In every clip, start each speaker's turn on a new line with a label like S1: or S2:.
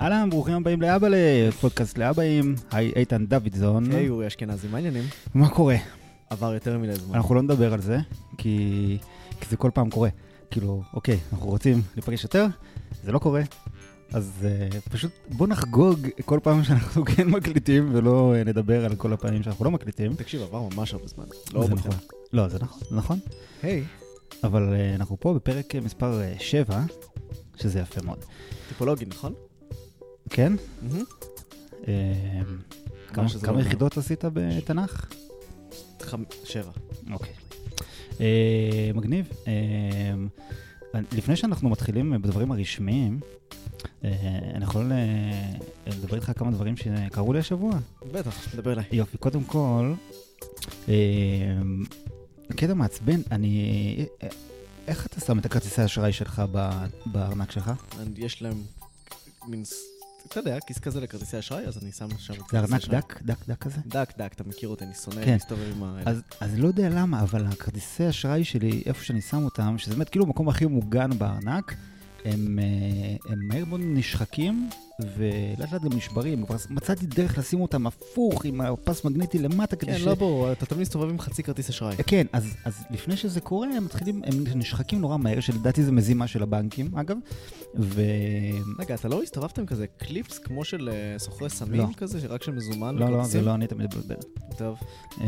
S1: אהלן, ברוכים הבאים לאבאלה, פודקאסט לאבאים. היי, איתן דוידזון.
S2: היי אורי אשכנזי, מה העניינים?
S1: מה קורה?
S2: עבר יותר מדי זמן.
S1: אנחנו לא נדבר על זה, כי כי זה כל פעם קורה. כאילו, אוקיי, אנחנו רוצים להיפגש יותר, זה לא קורה. אז אה, פשוט בוא נחגוג כל פעם שאנחנו כן מקליטים, ולא אה, נדבר על כל הפעמים שאנחנו לא מקליטים.
S2: תקשיב, עבר ממש הרבה זמן.
S1: זה נכון. לא, זה נכון, זה נכון.
S2: היי,
S1: אבל אה, אנחנו פה בפרק אה, מספר 7, שזה יפה מאוד.
S2: טיפולוגי, נכון?
S1: כן? אה, כמה-
S2: שזה לא
S1: כמה
S2: אומר.
S1: יחידות עשית בתנ"ך?
S2: חמ- שבע.
S1: אוקיי. אה, מגניב. אה, לפני שאנחנו מתחילים בדברים הרשמיים, אה, אני יכול אה, לדבר איתך על כמה דברים שקרו לי השבוע?
S2: בטח, דבר אליי.
S1: יופי, קודם כל, אה, קטע מעצבן, אני... אה, איך אתה שם את הכרטיסי האשראי שלך ב- בארנק שלך?
S2: אני- יש להם מין, ס- אתה יודע, כיס כזה לכרטיסי אשראי, אז אני שם שם... את
S1: זה
S2: כרטיסי
S1: ארנק
S2: אשראי.
S1: דק, דק, דק כזה?
S2: דק, דק, אתה מכיר אותי, אני שונא
S1: כן.
S2: להסתובב עם ה...
S1: אז, אז לא יודע למה, אבל הכרטיסי האשראי שלי, איפה שאני שם אותם, שזה באמת כאילו המקום הכי מוגן בארנק, הם, אה, הם מהר מאוד נשחקים, ולאט לאט גם נשברים. כבר מצאתי דרך לשים אותם הפוך עם הפס מגנטי למטה כדי
S2: כן,
S1: ש...
S2: לא ברור, אתה תמיד מסתובב עם חצי כרטיס אשראי.
S1: כן, אז, אז לפני שזה קורה, הם מתחילים, הם נשחקים נורא מהר, שלדעתי זה מזימה של הבנקים, אגב. ו...
S2: רגע, אתה לא הסתובבת עם כזה קליפס כמו של אה, סוחרי
S1: לא.
S2: סמים כזה, שרק של מזומן?
S1: לא, לא, זה
S2: וכרטיסים?
S1: לא אני תמיד מבלבל.
S2: טוב.
S1: אה,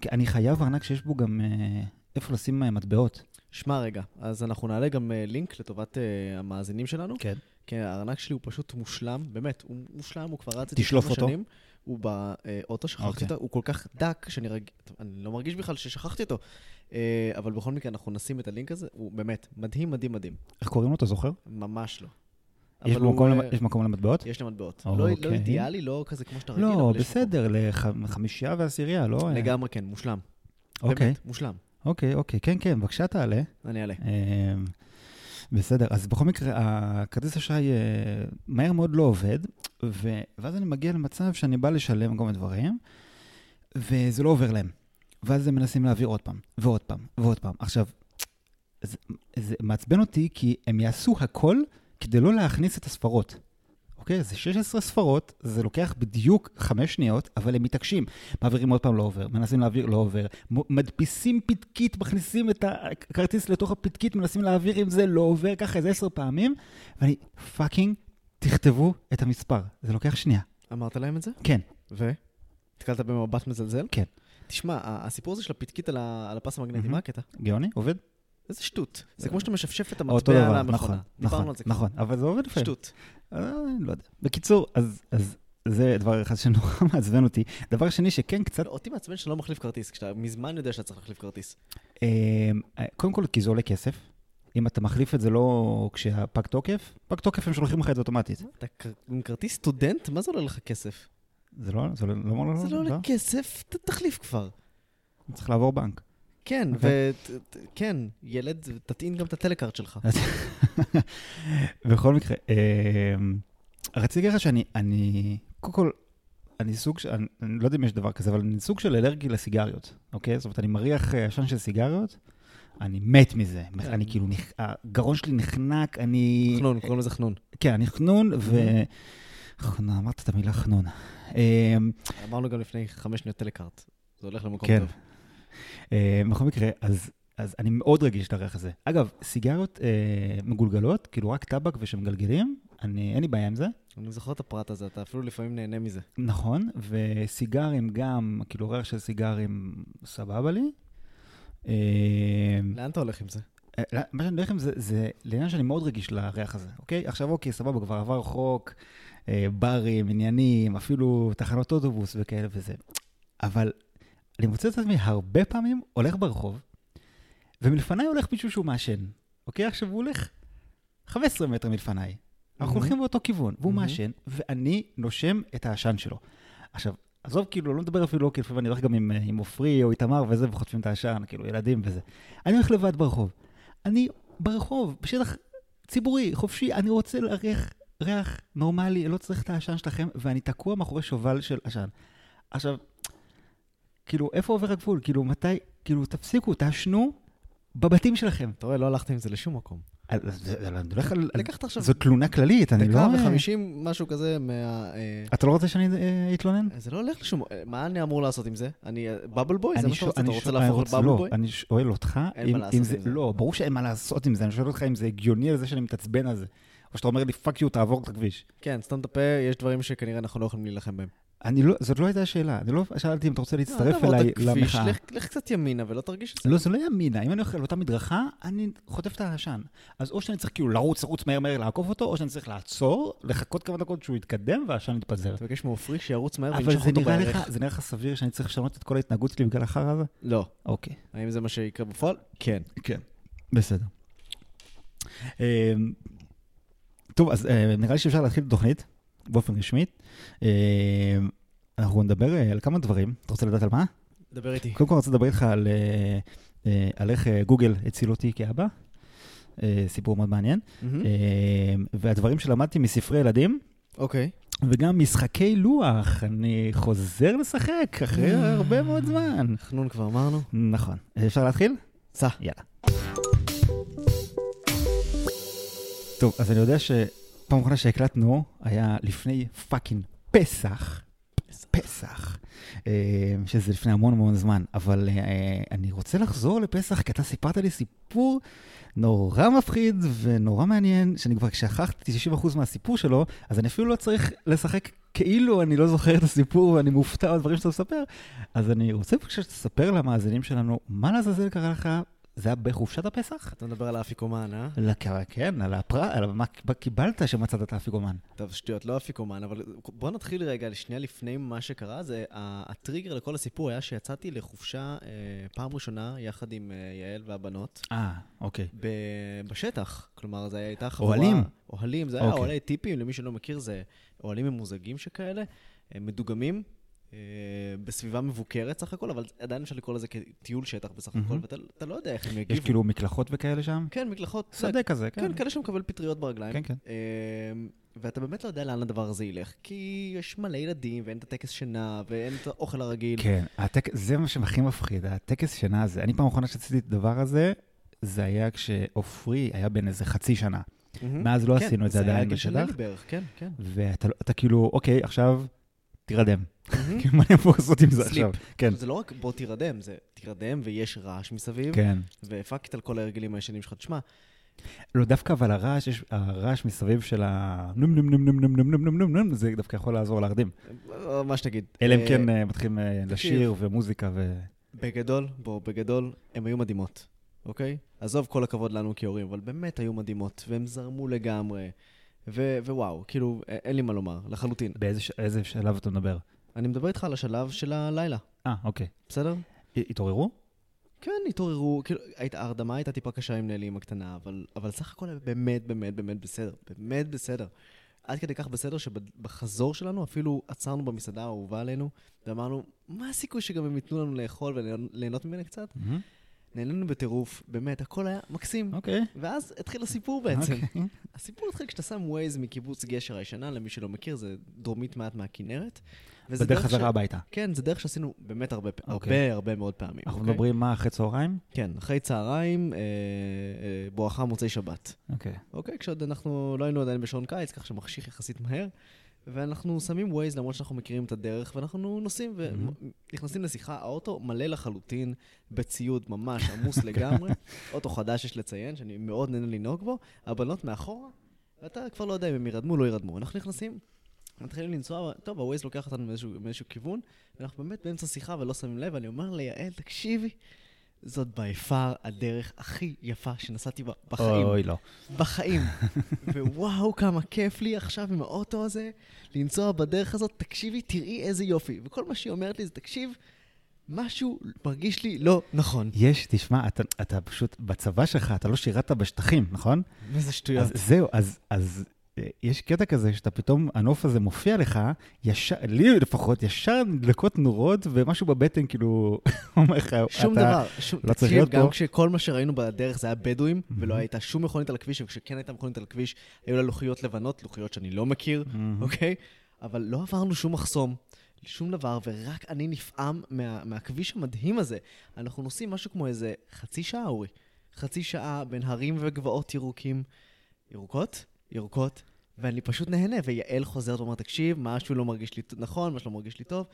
S1: כי אני חייב ארנק שיש בו גם אה, איפה לשים אה, מטבעות.
S2: שמע רגע, אז אנחנו נעלה גם אה, לינק לטובת אה, המאזינים שלנו.
S1: כן.
S2: כן, הארנק שלי הוא פשוט מושלם, באמת, הוא מושלם, הוא כבר רץ איתי
S1: תשלוף
S2: כמה
S1: אותו.
S2: שנים. הוא באוטו, שכחתי
S1: אוקיי.
S2: אותו, הוא כל כך דק, שאני רג... אני לא מרגיש בכלל ששכחתי אותו. אה, אבל בכל מקרה, אנחנו נשים את הלינק הזה, הוא באמת מדהים, מדהים, מדהים.
S1: איך קוראים לו, אתה זוכר?
S2: ממש לא.
S1: יש,
S2: אבל הוא,
S1: מקום,
S2: אה,
S1: למ... יש מקום למטבעות?
S2: יש למטבעות.
S1: אה,
S2: לא, לא
S1: אוקיי.
S2: אידיאלי, לא כזה כמו שאתה רגיל,
S1: לא,
S2: אבל יש מקום.
S1: בסדר, לחמישייה ועשירייה, לא? אה,
S2: לגמרי כן, מושלם.
S1: אוקיי,
S2: באמת, כן. מושלם.
S1: אוקיי, אוקיי, כן, כן, בבקשה תעלה.
S2: אני אעלה.
S1: אה, בסדר, אז בכל מקרה, הכרטיס אשראי אה, מהר מאוד לא עובד, ו... ואז אני מגיע למצב שאני בא לשלם כל מיני דברים, וזה לא עובר להם. ואז הם מנסים להעביר עוד פעם, ועוד פעם, ועוד פעם. עכשיו, זה, זה מעצבן אותי כי הם יעשו הכל כדי לא להכניס את הספרות. אוקיי? זה 16 ספרות, זה לוקח בדיוק 5 שניות, אבל הם מתעקשים. מעבירים עוד פעם, לא עובר, מנסים להעביר, לא עובר. מ- מדפיסים פתקית, מכניסים את הכרטיס לתוך הפתקית, מנסים להעביר עם זה, לא עובר, ככה איזה 10 פעמים, ואני פאקינג, תכתבו את המספר. זה לוקח שנייה.
S2: אמרת להם את זה?
S1: כן.
S2: ו? נתקלת במבט מזלזל?
S1: כן.
S2: תשמע, ה- הסיפור הזה של הפתקית על ה- על הפס המגנטי,
S1: מהמם.
S2: מה הקטע?
S1: גאוני, עובד?
S2: איזה שטות. זה כמו שאתה משפשף את
S1: אותו
S2: המטבע על
S1: דבר,
S2: המכונה.
S1: נכון,
S2: דיברנו
S1: נכון,
S2: על זה כבר.
S1: נכון, אבל זה עובד לפעמים.
S2: שטות.
S1: אה, אני לא יודע. בקיצור, אז, אז זה דבר אחד שנורא מעצבן אותי. דבר שני שכן קצת,
S2: לא, אותי מעצבן שלא מחליף כרטיס, כשאתה מזמן יודע שאתה צריך להחליף כרטיס.
S1: אה, קודם כל כי זה עולה כסף. אם אתה מחליף את זה לא כשהפג תוקף, פג תוקף הם שולחים לך את זה אוטומטית.
S2: אתה כ- עם כרטיס סטודנט, מה זה עולה לך כסף?
S1: זה לא, זה לא, לא, לא,
S2: זה לא עולה כסף, ת- תחליף כבר.
S1: צריך לעבור בנק.
S2: כן,
S1: אוקיי.
S2: וכן, ילד, תטעין גם את הטלקארט שלך.
S1: בכל מקרה, אה, רציתי להגיד לך שאני, אני, קודם כל, אני סוג של, אני, אני לא יודע אם יש דבר כזה, אבל אני סוג של אלרגי לסיגריות, אוקיי? זאת אומרת, אני מריח אה, עשן של סיגריות, אני מת מזה.
S2: כן.
S1: אני כאילו, נכ- הגרון שלי נחנק, אני...
S2: חנון, קוראים לזה חנון.
S1: כן, אני חנון, ו... חנון, אמרת את המילה חנון. אה,
S2: אמרנו גם לפני חמש שניות טלקארט. זה הולך למקום
S1: כן.
S2: טוב.
S1: אה, בכל מקרה, אז, אז אני מאוד רגיש לריח הזה. אגב, סיגריות אה, מגולגלות, כאילו רק טבק ושמגלגלים, אני, אין לי בעיה עם זה.
S2: אני זוכר את הפרט הזה, אתה אפילו לפעמים נהנה מזה.
S1: נכון, וסיגרים גם, כאילו ריח של סיגרים סבבה לי. אה,
S2: לאן אתה הולך עם זה?
S1: אה, לא, מה שאני הולך עם זה, זה לעניין שאני מאוד רגיש לריח הזה, אוקיי? עכשיו אוקיי, סבבה, כבר עבר חוק, אה, ברים, עניינים, אפילו תחנות אוטובוס וכאלה וזה. אבל אני מוצא את עצמי הרבה פעמים הולך ברחוב, ומלפניי הולך מישהו שהוא מעשן, אוקיי? עכשיו הוא הולך 15 מטר מלפניי. אנחנו
S2: מהמם.
S1: הולכים באותו כיוון, והוא
S2: מהמם.
S1: מעשן, ואני נושם את העשן שלו. עכשיו, עזוב, כאילו, לא מדבר אפילו, כי לפעמים אני הולך גם עם, אה, עם עופרי או איתמר וזה, וחוטפים את העשן, כאילו, ילדים וזה. אני הולך לבד ברחוב. אני ברחוב, בשטח ציבורי, חופשי, אני רוצה להריח ריח נורמלי, לא צריך את העשן שלכם, ואני תקוע מאחורי שובל של עשן. עכשיו, כאילו, איפה עובר הגבול? כאילו, מתי, כאילו, תפסיקו, תעשנו בבתים שלכם.
S2: אתה רואה, לא הלכת עם זה לשום מקום.
S1: אז אני הולך על... על-
S2: לקחת עכשיו
S1: זו תלונה כללית, אני לא...
S2: דקה וחמישים, משהו כזה, מה... אה,
S1: אתה לא רוצה שאני אה, אתלונן?
S2: זה לא הולך לשום... אה, מה אני אמור לעשות עם זה? אני... בבל בוי? זה
S1: אני
S2: מה שאתה
S1: שואל-
S2: רוצה? אתה
S1: אני שואל-
S2: רוצה להפוך
S1: אני רוצה-
S2: לבאבל
S1: לא,
S2: בוי?
S1: אני שואל אותך,
S2: אין
S1: אם-
S2: מה
S1: אם
S2: לעשות
S1: זה-
S2: עם זה.
S1: לא, ברור שאין מה לעשות עם זה, אני שואל אותך אם זה הגיוני על זה שאני מתעצבן על זה. או שאתה אומר לי, פאק יו, תעבור את הכביש.
S2: כן, סתם את הפה, יש דברים שכנראה אנחנו לא יכולים להילחם בהם.
S1: אני לא, זאת לא הייתה השאלה, אני לא שאלתי אם אתה רוצה
S2: אל
S1: להצטרף
S2: תעבור את
S1: אליי
S2: הכביש,
S1: למחאה.
S2: לך- לך קצת ימינה ולא תרגיש את זה.
S1: לא, זה לא ימינה, אם אני הולך על אותה מדרכה, אני חוטף את העשן. אז או שאני צריך כאילו לרוץ, לרוץ מהר מהר לעקוף אותו, או שאני צריך לעצור, לחכות כמה דקות שהוא יתקדם והעשן יתפזר.
S2: אתה מבקש מעופרי שירוץ מהר
S1: אבל
S2: וינשך
S1: זה
S2: אותו
S1: נראה
S2: בערך.
S1: לך, זה נראה לך סביר שאני צריך לשנות את כל ההתנהגות שלי בגלל החרא הזה?
S2: לא.
S1: אוקיי.
S2: האם זה מה שיקרה בפועל? כן.
S1: כן. בסדר. אמ, טוב, אז אה, נראה לי שאפשר להתחיל את התוכנית באופן רשמי. אמ, אנחנו נדבר אה, על כמה דברים. אתה רוצה לדעת על מה?
S2: דבר איתי.
S1: קודם כל, אני רוצה לדבר איתך על, אה, אה, על איך אה, גוגל הציל אותי כאבא. אה, סיפור מאוד מעניין.
S2: מהמם.
S1: אה, והדברים שלמדתי מספרי ילדים,
S2: אוקיי.
S1: וגם משחקי לוח. אני חוזר לשחק אחרי
S2: אה.
S1: הרבה מאוד זמן.
S2: חנון כבר אמרנו.
S1: נכון. אפשר להתחיל?
S2: סע.
S1: יאללה. טוב, אז אני יודע שפעם אחרונה שהקלטנו היה לפני פאקינג פסח. פסח, אה, שזה לפני המון המון זמן, אבל אה, אני רוצה לחזור לפסח, כי אתה סיפרת לי סיפור נורא מפחיד ונורא מעניין, שאני כבר שכחתי 90% מהסיפור שלו, אז אני אפילו לא צריך לשחק כאילו אני לא זוכר את הסיפור ואני מופתע מהדברים שאתה מספר, אז אני רוצה בבקשה שתספר למאזינים שלנו, מה לעזאזל קרה לך, זה היה בחופשת הפסח?
S2: אתה מדבר על האפיקומן, אה?
S1: על הכ- כן, על הפרט, על מה מה קיבלת שמצאת את האפיגומן.
S2: טוב, שטויות, לא אפיקומן, אבל בוא נתחיל רגע, שנייה לפני מה שקרה, זה ה- הטריגר לכל הסיפור היה שיצאתי לחופשה אה, פעם ראשונה יחד עם אה, יעל והבנות.
S1: אה, אוקיי.
S2: ב- בשטח, כלומר, זו הייתה חבורה...
S1: אוהלים.
S2: אוהלים, זה היה
S1: אוקיי.
S2: אוהלי טיפים, למי שלא מכיר, זה אוהלים ממוזגים שכאלה, הם מדוגמים, אה, בסביבה מבוקרת סך הכל, אבל עדיין אפשר לקרוא לזה כטיול שטח בסך הכל,
S1: מהמם.
S2: ואתה אתה לא יודע איך הם
S1: יש
S2: יגיבו.
S1: כאילו מקלחות וכאלה שם?
S2: כן, מקלחות. אתה יודע,
S1: שדה כזה, כן.
S2: כן, כאלה שמקבל פטריות ברגליים.
S1: כן, כן.
S2: אמ, ואתה באמת לא יודע לאן הדבר הזה ילך, כי יש מלא ילדים, ואין את הטקס שינה, ואין את האוכל הרגיל.
S1: כן, הטק... זה מה שהכי מפחיד, הטקס שינה הזה. אני פעם אחרונה שעשיתי את הדבר הזה, זה היה כשעופרי היה בן איזה חצי שנה.
S2: מהמם.
S1: מאז לא
S2: כן,
S1: עשינו את זה
S2: היה
S1: עדיין
S2: הגיל של
S1: בשטח.
S2: לילי בערך, כן, כן.
S1: ואתה לא- אתה כאילו, אוקיי, עכשיו תירדם.
S2: מהמם.
S1: כאילו, מה אני אמור לעשות עם זה
S2: סליפ.
S1: עכשיו? כן.
S2: זה לא רק בוא תירדם, זה תירדם ויש רעש מסביב,
S1: כן.
S2: ופאקט על כל ההרגלים הישנים שלך. תשמע,
S1: לא, דווקא אבל הרעש, יש הרעש מסביב של ה... נום נום נום נום נום נום נום נום נום נום, זה דווקא יכול לעזור להרדים.
S2: אה, מה שתגיד.
S1: אלא אם
S2: אה,
S1: כן אה, מתחילים אה,
S2: תקשיב.
S1: לשיר ומוזיקה ו...
S2: בגדול, בוא, בגדול, הן היו מדהימות, אוקיי? עזוב כל הכבוד לנו כהורים, אבל באמת היו מדהימות, והן זרמו לגמרי. ו- ווואו, כאילו, א- אין לי מה לומר, לחלוטין.
S1: באיזה ש- איזה שלב אתה מדבר?
S2: אני מדבר איתך על השלב של הלילה,
S1: אה, אוקיי.
S2: בסדר?
S1: הת- התעוררו?
S2: כן, התעוררו, כאילו, היית, ההרדמה הייתה טיפה קשה עם נעלים הקטנה, אבל, אבל סך הכל היה באמת, באמת, באמת בסדר. באמת בסדר. עד כדי כך בסדר שבחזור שלנו אפילו עצרנו במסעדה האהובה עלינו, ואמרנו, מה הסיכוי שגם הם ייתנו לנו לאכול וליהנות ממנה קצת?
S1: מהמם.
S2: נהנינו בטירוף, באמת, הכל היה מקסים.
S1: אוקיי.
S2: ואז התחיל הסיפור בעצם.
S1: אוקיי.
S2: הסיפור התחיל כשאתה שם ווייז מקיבוץ גשר הישנה, למי שלא מכיר, זה דרומית מעט מהכנרת. וזה
S1: בדרך
S2: דרך ש-
S1: חזרה הביתה.
S2: כן, זה דרך שעשינו באמת הרבה, פ-
S1: אוקיי.
S2: הרבה, הרבה מאוד פעמים.
S1: אנחנו
S2: אוקיי?
S1: מדברים מה אחרי צהריים?
S2: כן, אחרי צהריים, אה, אה, בואכה מוצאי שבת.
S1: אוקיי.
S2: אוקיי, כשעוד אנחנו לא היינו עדיין בשעון קיץ, כך שמחשיך יחסית מהר, ואנחנו שמים ווייז למרות שאנחנו מכירים את הדרך, ואנחנו נוסעים ונכנסים לשיחה, האוטו מלא לחלוטין, בציוד ממש עמוס לגמרי, אוטו חדש יש לציין, שאני מאוד נהנה לנהוג בו, הבנות מאחורה, ואתה כבר לא יודע אם הם ירדמו או לא ירדמו. אנחנו נכנסים, מתחילים לנסוע, טוב, הווייז לוקח אותנו מאיזשהו, מאיזשהו כיוון, ואנחנו באמת באמצע שיחה ולא שמים לב, ואני אומר ליעל, תקשיבי, זאת בי פאר הדרך הכי יפה שנסעתי בה בחיים.
S1: אוי, לא.
S2: בחיים. ווואו, כמה כיף לי עכשיו עם האוטו הזה, לנסוע בדרך הזאת, תקשיבי, תראי איזה יופי. וכל מה שהיא אומרת לי זה, תקשיב, משהו מרגיש לי לא נכון.
S1: יש, תשמע, אתה, אתה פשוט, בצבא שלך, אתה לא שירתת בשטחים, נכון?
S2: איזה שטויות.
S1: אז זהו, אז, אז אה, יש קטע כזה שאתה פתאום, הנוף הזה מופיע לך, ישר, לי לפחות, ישר נדלקות נורות ומשהו בבטן, כאילו, אומר לך,
S2: שום
S1: אתה...
S2: דבר, שום,
S1: לא צריך
S2: תקשיב,
S1: להיות
S2: גם
S1: פה. Mm-hmm.
S2: כשכל מה שראינו בדרך זה היה בדואים, ולא הייתה שום מכונית על הכביש, וכשכן הייתה מכונית על הכביש, היו לה לוחיות לבנות, לוחיות שאני לא מכיר,
S1: מהמם.
S2: אוקיי? אבל לא עברנו שום מחסום, שום דבר, ורק אני נפעם מה, מהכביש המדהים הזה. אנחנו נוסעים משהו כמו איזה חצי שעה, אורי. חצי שעה בין הרים וגבעות ירוקים, ירוקות, ירוקות, ואני פשוט נהנה, ויעל חוזרת ואומרת, תקשיב, משהו לא מרגיש לי ט- נכון, משהו לא מרגיש לי טוב,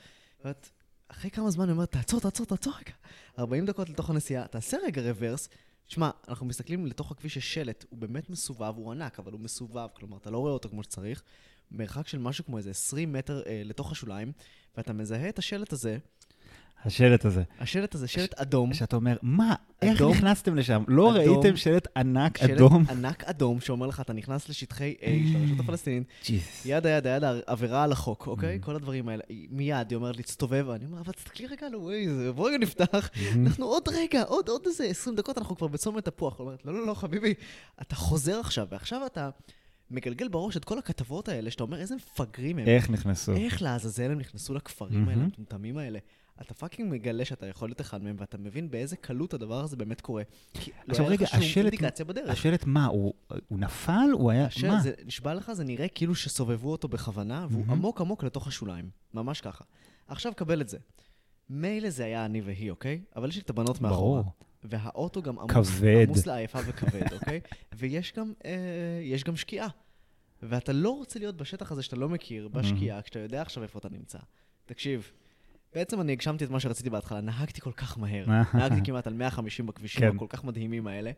S2: ואת, אחרי כמה זמן אני אומר, תעצור, תעצור, תעצור רגע. 40 דקות לתוך הנסיעה, תעשה רגע רוורס. תשמע, אנחנו מסתכלים לתוך הכביש, יש שלט, הוא באמת מסובב, הוא ענק, אבל הוא מסובב, כלומר, אתה לא רואה אותו כמו שצריך. מרחק של משהו כמו איזה 20 מטר אה, לתוך השוליים, ואתה מזהה את השלט הזה,
S1: השלט הזה.
S2: השלט הזה, שלט אדום,
S1: שאתה אומר, מה, איך
S2: אדום.
S1: נכנסתם לשם? לא
S2: אדום.
S1: ראיתם שלט ענק
S2: שלט
S1: אדום?
S2: ענק אדום, שאומר לך, אתה נכנס לשטחי A של הרשות הפלסטינית,
S1: ג'יז.
S2: ידה, ידה, ידה, עבירה על החוק,
S1: Mm-hmm.
S2: אוקיי? כל הדברים האלה. היא- מיד, היא אומרת להצטובב, ואני אומר, אבל תסתכלי רגע על הווייז, בואו רגע נפתח.
S1: Mm-hmm.
S2: אנחנו עוד רגע, עוד עוד איזה 20 דקות, אנחנו כבר בצומת תפוח. היא אומרת, לא, לא, לא, חביבי, אתה חוזר עכשיו, ועכשיו אתה מגלגל בראש את כל הכתבות האלה, שאתה אומר, איזה מפגרים הם.
S1: איך נכנסו?
S2: איך לעזאזל הם נכנסו לכפרים האלה,
S1: מהמם.
S2: המטומטמים האלה? אתה פאקינג מגלה שאתה יכול להיות אחד מהם, ואתה מבין באיזה קלות הדבר הזה באמת קורה. כי לא
S1: עכשיו
S2: היה לך
S1: רגע,
S2: שום
S1: השלט-
S2: אינדיקציה בדרך.
S1: השלט מה, הוא הוא נפל? הוא היה...
S2: השלט,
S1: מה?
S2: זה נשבע לך, זה נראה כאילו שסובבו אותו בכוונה, והוא
S1: מהמם.
S2: עמוק עמוק לתוך השוליים. ממש ככה. עכשיו קבל את זה. מילא זה היה אני והיא, אוקיי? אבל יש לי את הבנות מאחורה.
S1: ברור.
S2: והאוטו גם עמוס,
S1: כבד.
S2: עמוס לעייפה וכבד, אוקיי? ויש גם, אה, יש גם שקיעה. ואתה לא רוצה להיות בשטח הזה שאתה לא
S1: Mhm.
S2: מכיר, בשקיעה, כשאתה יודע עכשיו איפה אתה נמצא. תקשיב, בעצם אני הגשמתי את מה שרציתי בהתחלה, נהגתי כל כך מהר. נהגתי כמעט על 150 בכבישים
S1: כן.
S2: הכל כך מדהימים האלה.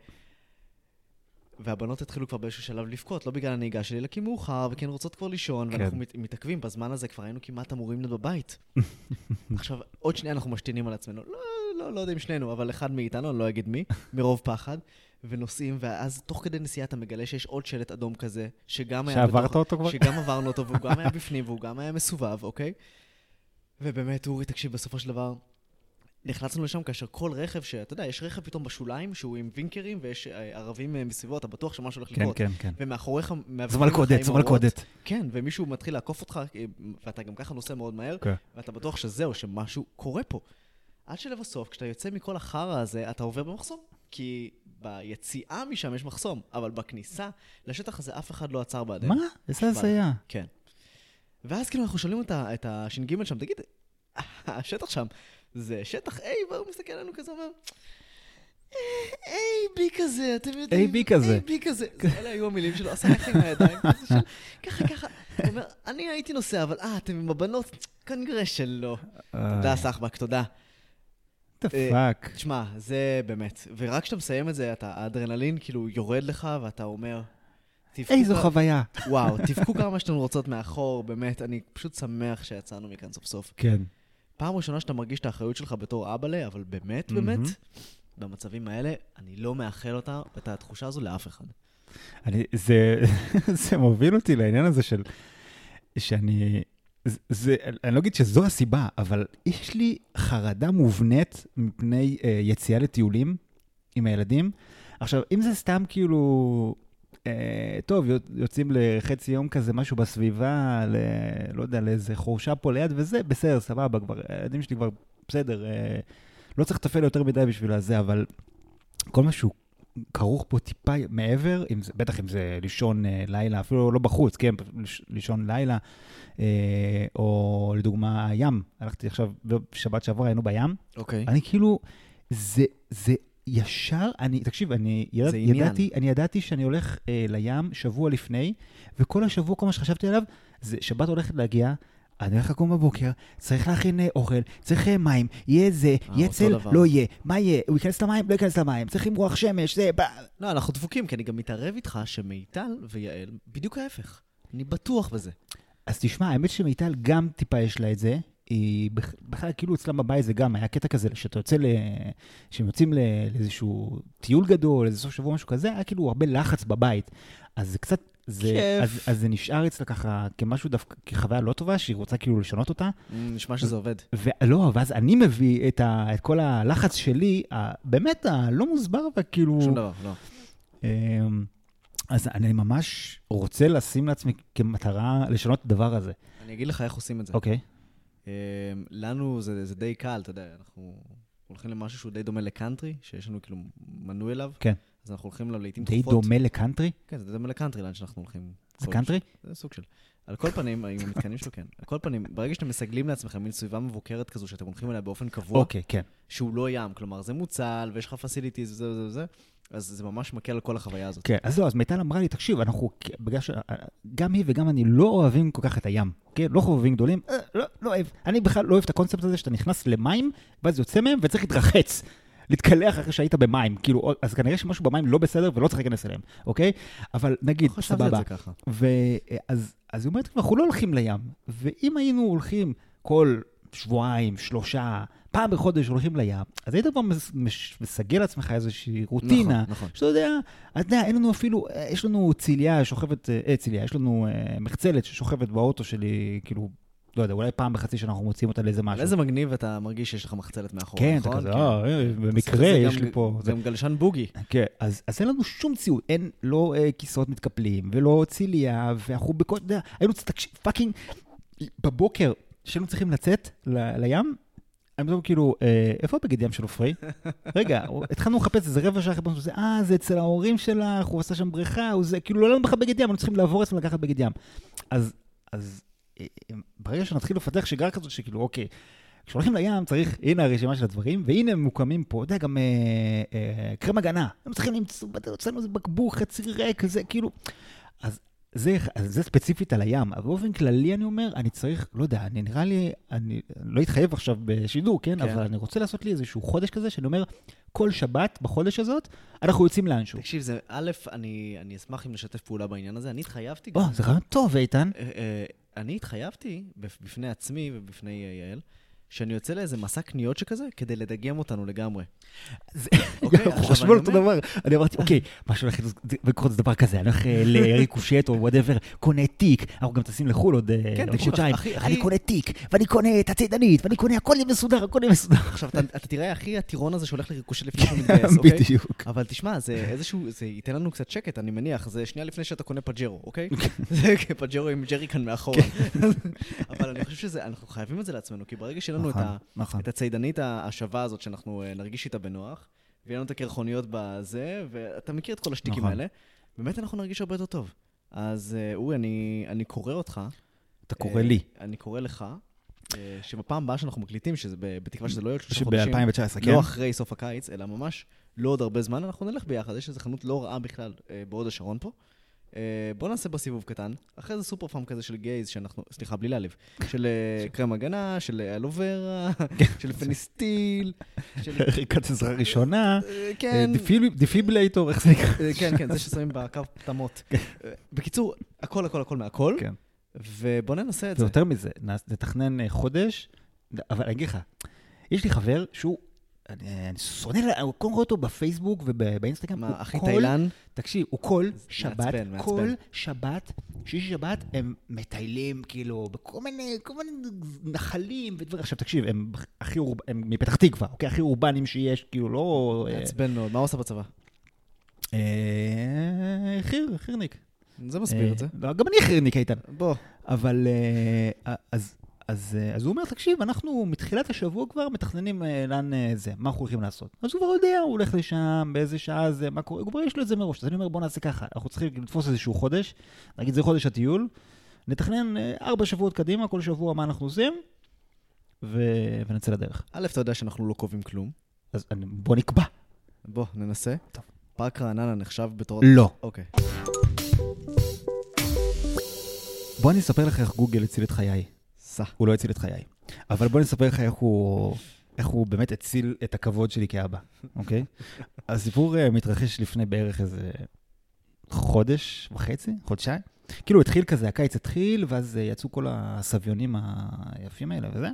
S2: והבנות התחילו כבר באיזשהו שלב לבכות, לא בגלל הנהיגה שלי, אלא כי מאוחר, וכן רוצות כבר לישון,
S1: כן.
S2: ואנחנו מת- מתעכבים, בזמן הזה כבר היינו כמעט אמורים להיות בבית. עכשיו, עוד שנייה אנחנו משתינים על עצמנו. לא, לא, לא יודע אם שנינו, אבל אחד מאיתנו, אני לא אגיד מי, מרוב פחד, ונוסעים, ואז תוך כדי נסיעה אתה מגלה שיש עוד שלט אדום כזה, שגם היה...
S1: שעברת
S2: בתוך-
S1: אותו כבר?
S2: שגם עברנו אותו, והוא גם היה בפנים, והוא גם היה מסובב, אוקיי? ובאמת, אורי, תקשיב, בסופו של דבר, נחלצנו לשם כאשר כל רכב, שאתה יודע, יש רכב פתאום בשוליים שהוא עם וינקרים ויש אה, ערבים אה, מסביבו, אתה בטוח שמשהו הולך
S1: כן,
S2: לקרות.
S1: כן, כן.
S2: ומאחוריך
S1: זו
S2: מאבטחים לך
S1: מלכודת,
S2: עם
S1: זו
S2: אורות.
S1: מלכודת.
S2: כן, ומישהו מתחיל לעקוף אותך, אה, ואתה גם ככה נוסע מאוד מהר,
S1: כן.
S2: ואתה בטוח שזהו, שמשהו קורה פה. עד שלבסוף, כשאתה יוצא מכל החרא הזה, אתה עובר במחסום. כי ביציאה משם יש מחסום, אבל בכניסה לשטח הזה אף אחד לא עצר בעדינו.
S1: מה? איזה הזיה.
S2: כן. ואז כאילו אנחנו שואלים את ה- את הש"ג שם, תגיד, השטח שם זה שטח A, והוא מסתכל עלינו כזה, אומר, "אה, AB כזה, אתם יודעים.
S1: AB כזה."
S2: AB כזה. זה- אלה היו המילים שלו, עשה ככה עם הידיים, כזה של- ככה, ככה. הוא אומר, אני הייתי נוסע, אבל אה, אתם עם הבנות? כנראה שלא. תודה, סחבק, תודה.
S1: דה
S2: אה,
S1: פאק.
S2: תשמע, זה באמת, ורק כשאתה מסיים את זה, אתה- האדרנלין כאילו יורד לך, ואתה אומר, "תבכו
S1: איזו
S2: כבר-
S1: חוויה.
S2: וואו, תבכו כמה שאתן רוצות מאחור, באמת, אני פשוט שמח שיצאנו מכאן סוף סוף.
S1: כן.
S2: פעם ראשונה שאתה מרגיש את האחריות שלך בתור אבאלה, אבל באמת, באמת, במצבים האלה, אני לא מאחל אותה, את התחושה הזו לאף אחד.
S1: אני, זה, זה מוביל אותי לעניין הזה של... שאני... זה- זה, אני לא אגיד שזו הסיבה, אבל יש לי חרדה מובנית מפני אה, יציאה לטיולים עם הילדים. עכשיו, אם זה סתם כאילו, אה, טוב, יוצאים לחצי יום כזה, משהו בסביבה, ל, לא יודע, לאיזה חורשה פה ליד וזה, בסדר, סבבה, כבר, הילדים שלי כבר, בסדר, אה, לא צריך לטפל יותר מדי בשביל הזה, אבל כל מה שהוא כרוך פה טיפה מעבר, אם זה, בטח אם זה לישון אה, לילה, אפילו לא בחוץ, כן, לש- לישון לילה, אה, או לדוגמה ים, הלכתי עכשיו, בשבת שעברה היינו בים,
S2: אוקיי.
S1: אני כאילו, זה, זה ישר, אני, תקשיב, אני, ידע,
S2: זה עניין.
S1: ידעתי, אני ידעתי שאני הולך אה, לים שבוע לפני, וכל השבוע, כל מה שחשבתי עליו, זה שבת הולכת להגיע. אני הולך לקום בבוקר, צריך להכין אה, אוכל, צריך אה, מים, יהיה זה, יהיה
S2: אותו
S1: צל,
S2: דבר.
S1: לא יהיה, מה יהיה, הוא ייכנס למים, לא ייכנס למים, צריך עם רוח שמש, זה, בא,
S2: לא, אנחנו דפוקים, כי אני גם מתערב איתך שמיטל ויעל, בדיוק ההפך. אני בטוח בזה.
S1: אז תשמע, האמת שמיטל גם טיפה יש לה את זה. היא בכ- בכלל, כאילו אצלה בבית זה גם היה קטע כזה, שאתה יוצא ל... שהם יוצאים ל- לאיזשהו טיול גדול, איזה סוף שבוע, משהו כזה, היה כאילו הרבה לחץ בבית. אז זה קצת... זה,
S2: כיף.
S1: אז, אז זה נשאר אצלה ככה כמשהו דווקא, כחוויה לא טובה, שהיא רוצה כאילו לשנות אותה.
S2: אמ, נשמע שזה עובד.
S1: ולא, ואז אני מביא את, ה, את כל הלחץ שלי, ה, באמת הלא מוסבר, וכאילו...
S2: שום דבר, לא.
S1: אמ, אז אני ממש רוצה לשים לעצמי כמטרה לשנות את הדבר הזה.
S2: אני אגיד לך איך עושים את זה.
S1: אוקיי.
S2: אמ, לנו זה, זה די קל, אתה יודע, אנחנו הולכים למשהו שהוא די דומה לקאנטרי, שיש לנו כאילו מנוי אליו.
S1: כן.
S2: אז אנחנו הולכים אליו לעיתים
S1: די
S2: תכופות.
S1: דומה לקאנטרי?
S2: כן, זה דומה לקאנטרי, לאן שאנחנו הולכים.
S1: זה
S2: כל-
S1: קאנטרי?
S2: זה סוג של. על כל פנים, עם המתקנים שלו, כן. על כל פנים, ברגע שאתם מסגלים לעצמכם מין סביבה מבוקרת כזו, שאתם הולכים אליה באופן קבוע,
S1: אוקיי, כן.
S2: שהוא לא ים, כלומר, זה מוצל, ויש לך פסיליטיז וזה וזה וזה, אז זה ממש מקל על כל החוויה הזאת.
S1: כן, אז לא, אז מיטל אמרה לי, תקשיב, אנחנו, כ- בגלל ש... אה, גם היא וגם אני לא אוהבים כל כך את הים, כן? לא חובבים גדולים, אה, לא, לא אוהב. אני בכלל לא אוהב את הקונספט הזה שאתה נכנס למים, ואז יוצא מהם וצריך להתרחץ. להתקלח אחרי שהיית במים, כאילו, אז כנראה שמשהו במים לא בסדר ולא צריך להיכנס אליהם, אוקיי? אבל נגיד,
S2: לא חשבתי על
S1: סבבה.
S2: זה ככה.
S1: ואז אז היא אומרת, אנחנו לא הולכים לים, ואם היינו הולכים כל שבועיים, שלושה, פעם בחודש הולכים לים, אז היית כבר מס- מש- מסגל לעצמך איזושהי רוטינה,
S2: נכון, נכון.
S1: שאתה יודע, אתה יודע, אין לנו אפילו, אה, יש לנו צליה שוכבת, אה, אה, צליה, יש לנו אה, מחצלת ששוכבת באוטו שלי, כאילו, לא יודע, אולי פעם בחצי שנה אנחנו מוציאים אותה לאיזה משהו.
S2: על איזה מגניב אתה מרגיש שיש לך מחצלת מאחורה,
S1: כן, אתה
S2: נכון?
S1: כזה, אה, אה, במקרה
S2: זה
S1: יש
S2: גם-
S1: לי פה... זה-
S2: גם גלשן בוגי.
S1: כן, אז, אז אין לנו שום ציוד, אין לא אה, כיסאות מתקפלים, ולא ציליה, ואנחנו בכל, אתה יודע, היינו תקשיב, פאקינג, בבוקר, שהיינו צריכים לצאת ל, לים, אני פתאום כאילו, אה, איפה הבגד ים של עופרי? רגע, התחלנו לחפש איזה רבע שעה, חיפשנו זה, אה, זה אצל ההורים שלך, הוא עשה שם בריכה, הוא זה, כאילו, לא היה לנו בכלל בגד ים, היינו צריכים לעבור אצלנו לקחת בגד ים. אז, אז אה, אה, ברגע שנתחיל לפתח שגרה כזאת, שכאילו, אוקיי, כשהולכים לים צריך, הנה הרשימה של הדברים, והנה הם מוקמים פה, אתה יודע, גם אה, אה, קרם הגנה. הם צריכים למצוא, הוצאנו איזה בקבוק חצי ריק, זה כאילו... אז זה, אז זה ספציפית על הים, אבל באופן כללי אני אומר, אני צריך, לא יודע, אני נראה לי, אני לא אתחייב עכשיו בשידור, כן?
S2: כן.
S1: כן. אבל אני רוצה לעשות לי איזשהו חודש כזה, שאני אומר, כל שבת בחודש הזאת, אנחנו יוצאים לאנשהו.
S2: תקשיב, זה, א', אני אני אשמח אם נשתף פעולה בעניין הזה, אני התחייבתי
S1: או,
S2: גם.
S1: זה רעיון טוב, איתן.
S2: אה, אה, אני התחייבתי בפ- בפני עצמי ובפני אה, יעל, שאני יוצא לאיזה מסע קניות שכזה כדי לדגם אותנו לגמרי.
S1: אנחנו
S2: אוקיי, עכשיו
S1: חושבים על
S2: אני
S1: אותו דבר. אני אמרתי, אוקיי, משהו הולך לקרות זה דבר כזה, אני הולך אה, לריקושט או וואטאבר, קונה תיק, אנחנו גם טסים לחו"ל עוד אה,
S2: כן,
S1: עוד
S2: תקשיב,
S1: חודשיים.
S2: אחי, אחי-
S1: אני קונה תיק, ואני קונה את הצידנית, ואני קונה, הכל יהיה מסודר, הכל יהיה מסודר.
S2: עכשיו, אתה אתה תראה, הכי הטירון הזה שהולך לריקושי לפני שהוא מתגייס, אוקיי?
S1: כן, בדיוק.
S2: אבל תשמע, זה איזשהו, זה ייתן לנו קצת שקט, אני מניח, זה שנייה לפני שאתה קונה פג'רו, אוקיי?
S1: כן.
S2: זה פג'רו עם ג'ריקן מאחורה. אבל אני חושב שזה, אנחנו חייבים את זה לעצמנו, כי ברגע שיהיה לנו את
S1: נכון,
S2: ה-
S1: נכון.
S2: את הצידנית השווה הזאת, שאנחנו אה, נרגיש איתה בנוח, ויהיה לנו את הקרחוניות בזה, ואתה מכיר את כל השטיקים
S1: נכון.
S2: האלה, באמת אנחנו נרגיש הרבה יותר טוב. אז אה, אורי, אני- אני קורא אותך.
S1: אתה
S2: אה,
S1: קורא לי.
S2: אני קורא לך, אה, שבפעם הבאה שאנחנו מקליטים, שזה ב- בתקווה שזה לא יהיה עוד שלושה חודשים,
S1: שב-2019, כן?
S2: לא אחרי סוף הקיץ, אלא ממש לא עוד הרבה זמן, אנחנו נלך ביחד, יש איזו חנות לא רעה בכלל אה, בהוד השרון פה. אה, בוא נעשה בה סיבוב קטן, אחרי זה סופר פארם כזה של גייז, שאנחנו, סליחה, בלי להעליב, של אה, קרם הגנה, של אה, אלוורה,
S1: כן.
S2: של פניסטיל, של...
S1: ריקת עזרה ראשונה,
S2: אה,
S1: אה,
S2: כן,
S1: דיפיל- דיפיבילטור, איך זה נקרא?
S2: אה, כן, כן, זה ששמים בקו פטמות. אה, בקיצור, הכל, הכל, הכל מהכל,
S1: כן.
S2: ובוא ננסה את זה.
S1: ויותר מזה, נעש- נתכנן אה, חודש, אבל אני אגיד לך, יש לי חבר שהוא, אני אני שונא, לה- הוא קודם רואה אותו בפייסבוק ובאינסטגרם,
S2: מה, אחי
S1: כל-
S2: תאילן?
S1: תקשיב, הוא כל שבת,
S2: מעצבן, מעצבן.
S1: כל שבת, שישי שבת, הם מטיילים כאילו בכל מיני, כל מיני נחלים ודברים. עכשיו תקשיב, הם הכי אורב... הם מפתח תקווה, אוקיי? הכי אורבנים שיש, כאילו לא... אה,
S2: מעצבן מאוד, מה הוא עושה בצבא?
S1: אה... חיר, חירניק.
S2: זה מסביר
S1: אה,
S2: את זה.
S1: לא, גם אני חירניק, איתן.
S2: בוא.
S1: אבל אה, אז, אז, אה, אז הוא אומר, תקשיב, אנחנו מתחילת השבוע כבר מתכננים אה, לאן אה, זה, מה אנחנו הולכים לעשות. אז הוא כבר יודע, הוא הולך לשם, באיזה שעה זה, מה קורה, הוא כבר יש לו את זה מראש. אז אני אומר, בוא נעשה ככה, אנחנו צריכים לתפוס איזשהו חודש, נגיד זה חודש הטיול, נתכנן אה, ארבע שבועות קדימה, כל שבוע מה אנחנו עושים, ו... ונצא לדרך.
S2: א', אתה יודע שאנחנו לא קובעים כלום.
S1: אז אני- בוא נקבע.
S2: בוא, ננסה.
S1: טוב.
S2: פארק רעננה נחשב בתור...
S1: לא.
S2: אוקיי.
S1: בוא אני אספר לך איך גוגל הציל את חיי.
S2: סע.
S1: הוא לא הציל את חיי. אבל בוא אני אספר לך איך הוא, איך הוא באמת הציל את הכבוד שלי כאבא, אוקיי? הסיפור אה, מתרחש לפני בערך איזה חודש וחצי, חודשיים. כאילו התחיל כזה, הקיץ התחיל, ואז אה, יצאו כל הסביונים היפים האלה וזה.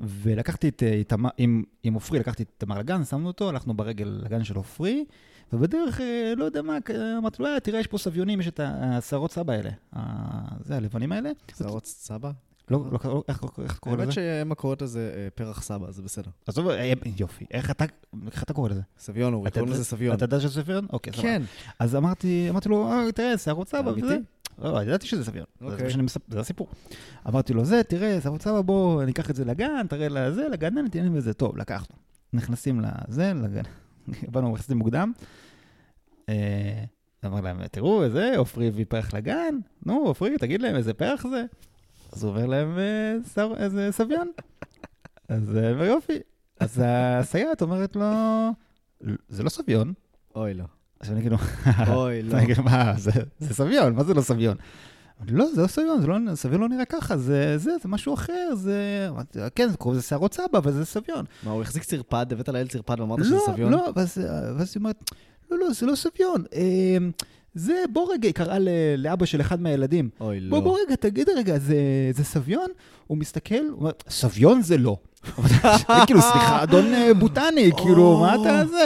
S1: ולקחתי את, אה, איתמר- עם, עם עופרי, לקחתי את תמר לגן, שמנו אותו, הלכנו ברגל לגן של עופרי, ובדרך, אה, לא יודע מה, אה, אמרתי לו, "אה, תראה, יש פה סביונים, יש את השערות סבא האלה, ה- זה, הלבנים האלה.
S2: שערות סבא?
S1: לא, לא, לא, איך איך אתה קורא
S2: האמת
S1: לזה?
S2: שהם הקוראות לזה אה, פרח סבא, זה בסדר.
S1: עזוב, אה, יופי. איך אתה איך אתה קורא לזה?
S2: סביון, אורי,
S1: אתה
S2: קוראים
S1: יודע-
S2: לזה סביון.
S1: אתה יודע שזה סביון? אוקיי, סבבה.
S2: כן.
S1: אז אמרתי, אמרתי לו, אה, תראה, שערות סבא
S2: אמיתי?
S1: וזה. לא, לא, ידעתי שזה סביון. זה
S2: אוקיי.
S1: מה שאני מספ- זה הסיפור. אמרתי לו, זה, תראה, שערות סבא, בוא ניקח את זה לגן, תראה לזה, לגנן, תהנה מזה. טוב, לקחנו. נכנסים לזה, לגן. באנו, נכנסים מוקדם. אה, אמר להם, תראו, איזה, עופרי הביא פרח לגן, נו, עופרי, תגיד להם איזה פרח זה. אז הוא אומר להם, "אה, שר- איזה סביון. אז אה, אומר, יופי. אז הסייעת אומרת לו, זה לא סביון.
S2: אוי לא.
S1: אז אני כאילו,
S2: אוי לא.
S1: אני אגיד, מה, זה זה סביון, מה זה לא סביון? אמרתי, לא, זה לא סביון, זה לא, סביון לא נראה ככה, זה זה, זה משהו אחר, זה... אמרתי, כן, זה קוראים לזה שערות סבא, אבל זה סביון.
S2: מה, הוא החזיק צרפד, הבאת לאל צרפד ואמרת שזה
S1: לא,
S2: סביון?
S1: לא, ואז ואז היא אומרת, לא, לא, זה לא סביון. אה, זה, בוא רגע, היא קראה ל- לאבא של אחד מהילדים.
S2: אוי לא.
S1: בוא, בוא רגע, תגיד רגע, זה- זה סביון? הוא מסתכל, הוא אומר, סביון זה לא. אני כאילו, סליחה, אדון אה, בוטני, כאילו, מה אתה זה?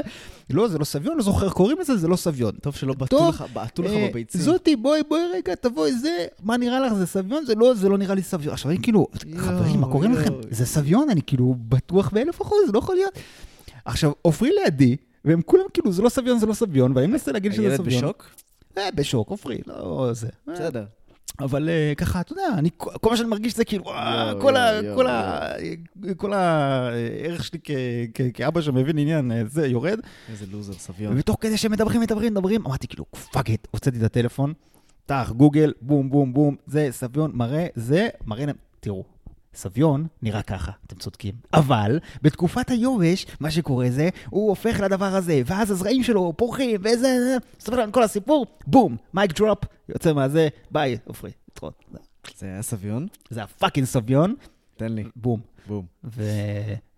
S1: לא, זה לא סביון, לא זוכר, קוראים לזה, זה לא סביון.
S2: טוב שלא בעטו
S1: טוב,
S2: לך, בעטו לך
S1: אה,
S2: בביצים.
S1: זאתי, בואי, בואי רגע, תבואי, זה, מה נראה לך, זה סביון? זה לא, זה לא נראה לי סביון. עכשיו, אני כאילו,
S2: יואו,
S1: חברים, מה קורה
S2: יואו.
S1: לכם? זה סביון, אני כאילו בטוח באלף אחוז, לא יכול להיות. עכשיו, עופרי לידי, והם כולם כאילו, זה לא סביון, זה לא סביון, ואני מנסה להגיד שזה
S2: הילד
S1: סביון.
S2: בשוק?
S1: אה, בשוק, עופרי, לא זה. אה,
S2: בסדר.
S1: אבל אה, ככה, אתה יודע, אני, כל כל מה שאני מרגיש זה כאילו, אה,
S2: יואו,
S1: כל ה-
S2: יואו,
S1: כל ה- כל הערך שלי כ- כ- כאבא שמבין עניין, אה, זה יורד.
S2: איזה לוזר, סביון.
S1: ותוך כדי שהם מדברים, מדברים, מדברים, אמרתי כאילו, פאק איט, הוצאתי את הטלפון, טח, גוגל, בום, בום, בום, זה, סביון, מראה, זה, מראה להם, תראו. סביון נראה ככה, אתם צודקים. אבל בתקופת היובש, מה שקורה זה, הוא הופך לדבר הזה, ואז הזרעים שלו פורחים, וזה, זה, סופר לנו כל הסיפור, בום, מייק דרופ, יוצא מהזה, ביי, עופרי, להתראות.
S2: זה היה סביון?
S1: זה הפאקינג סביון,
S2: תן לי,
S1: בום.
S2: בום.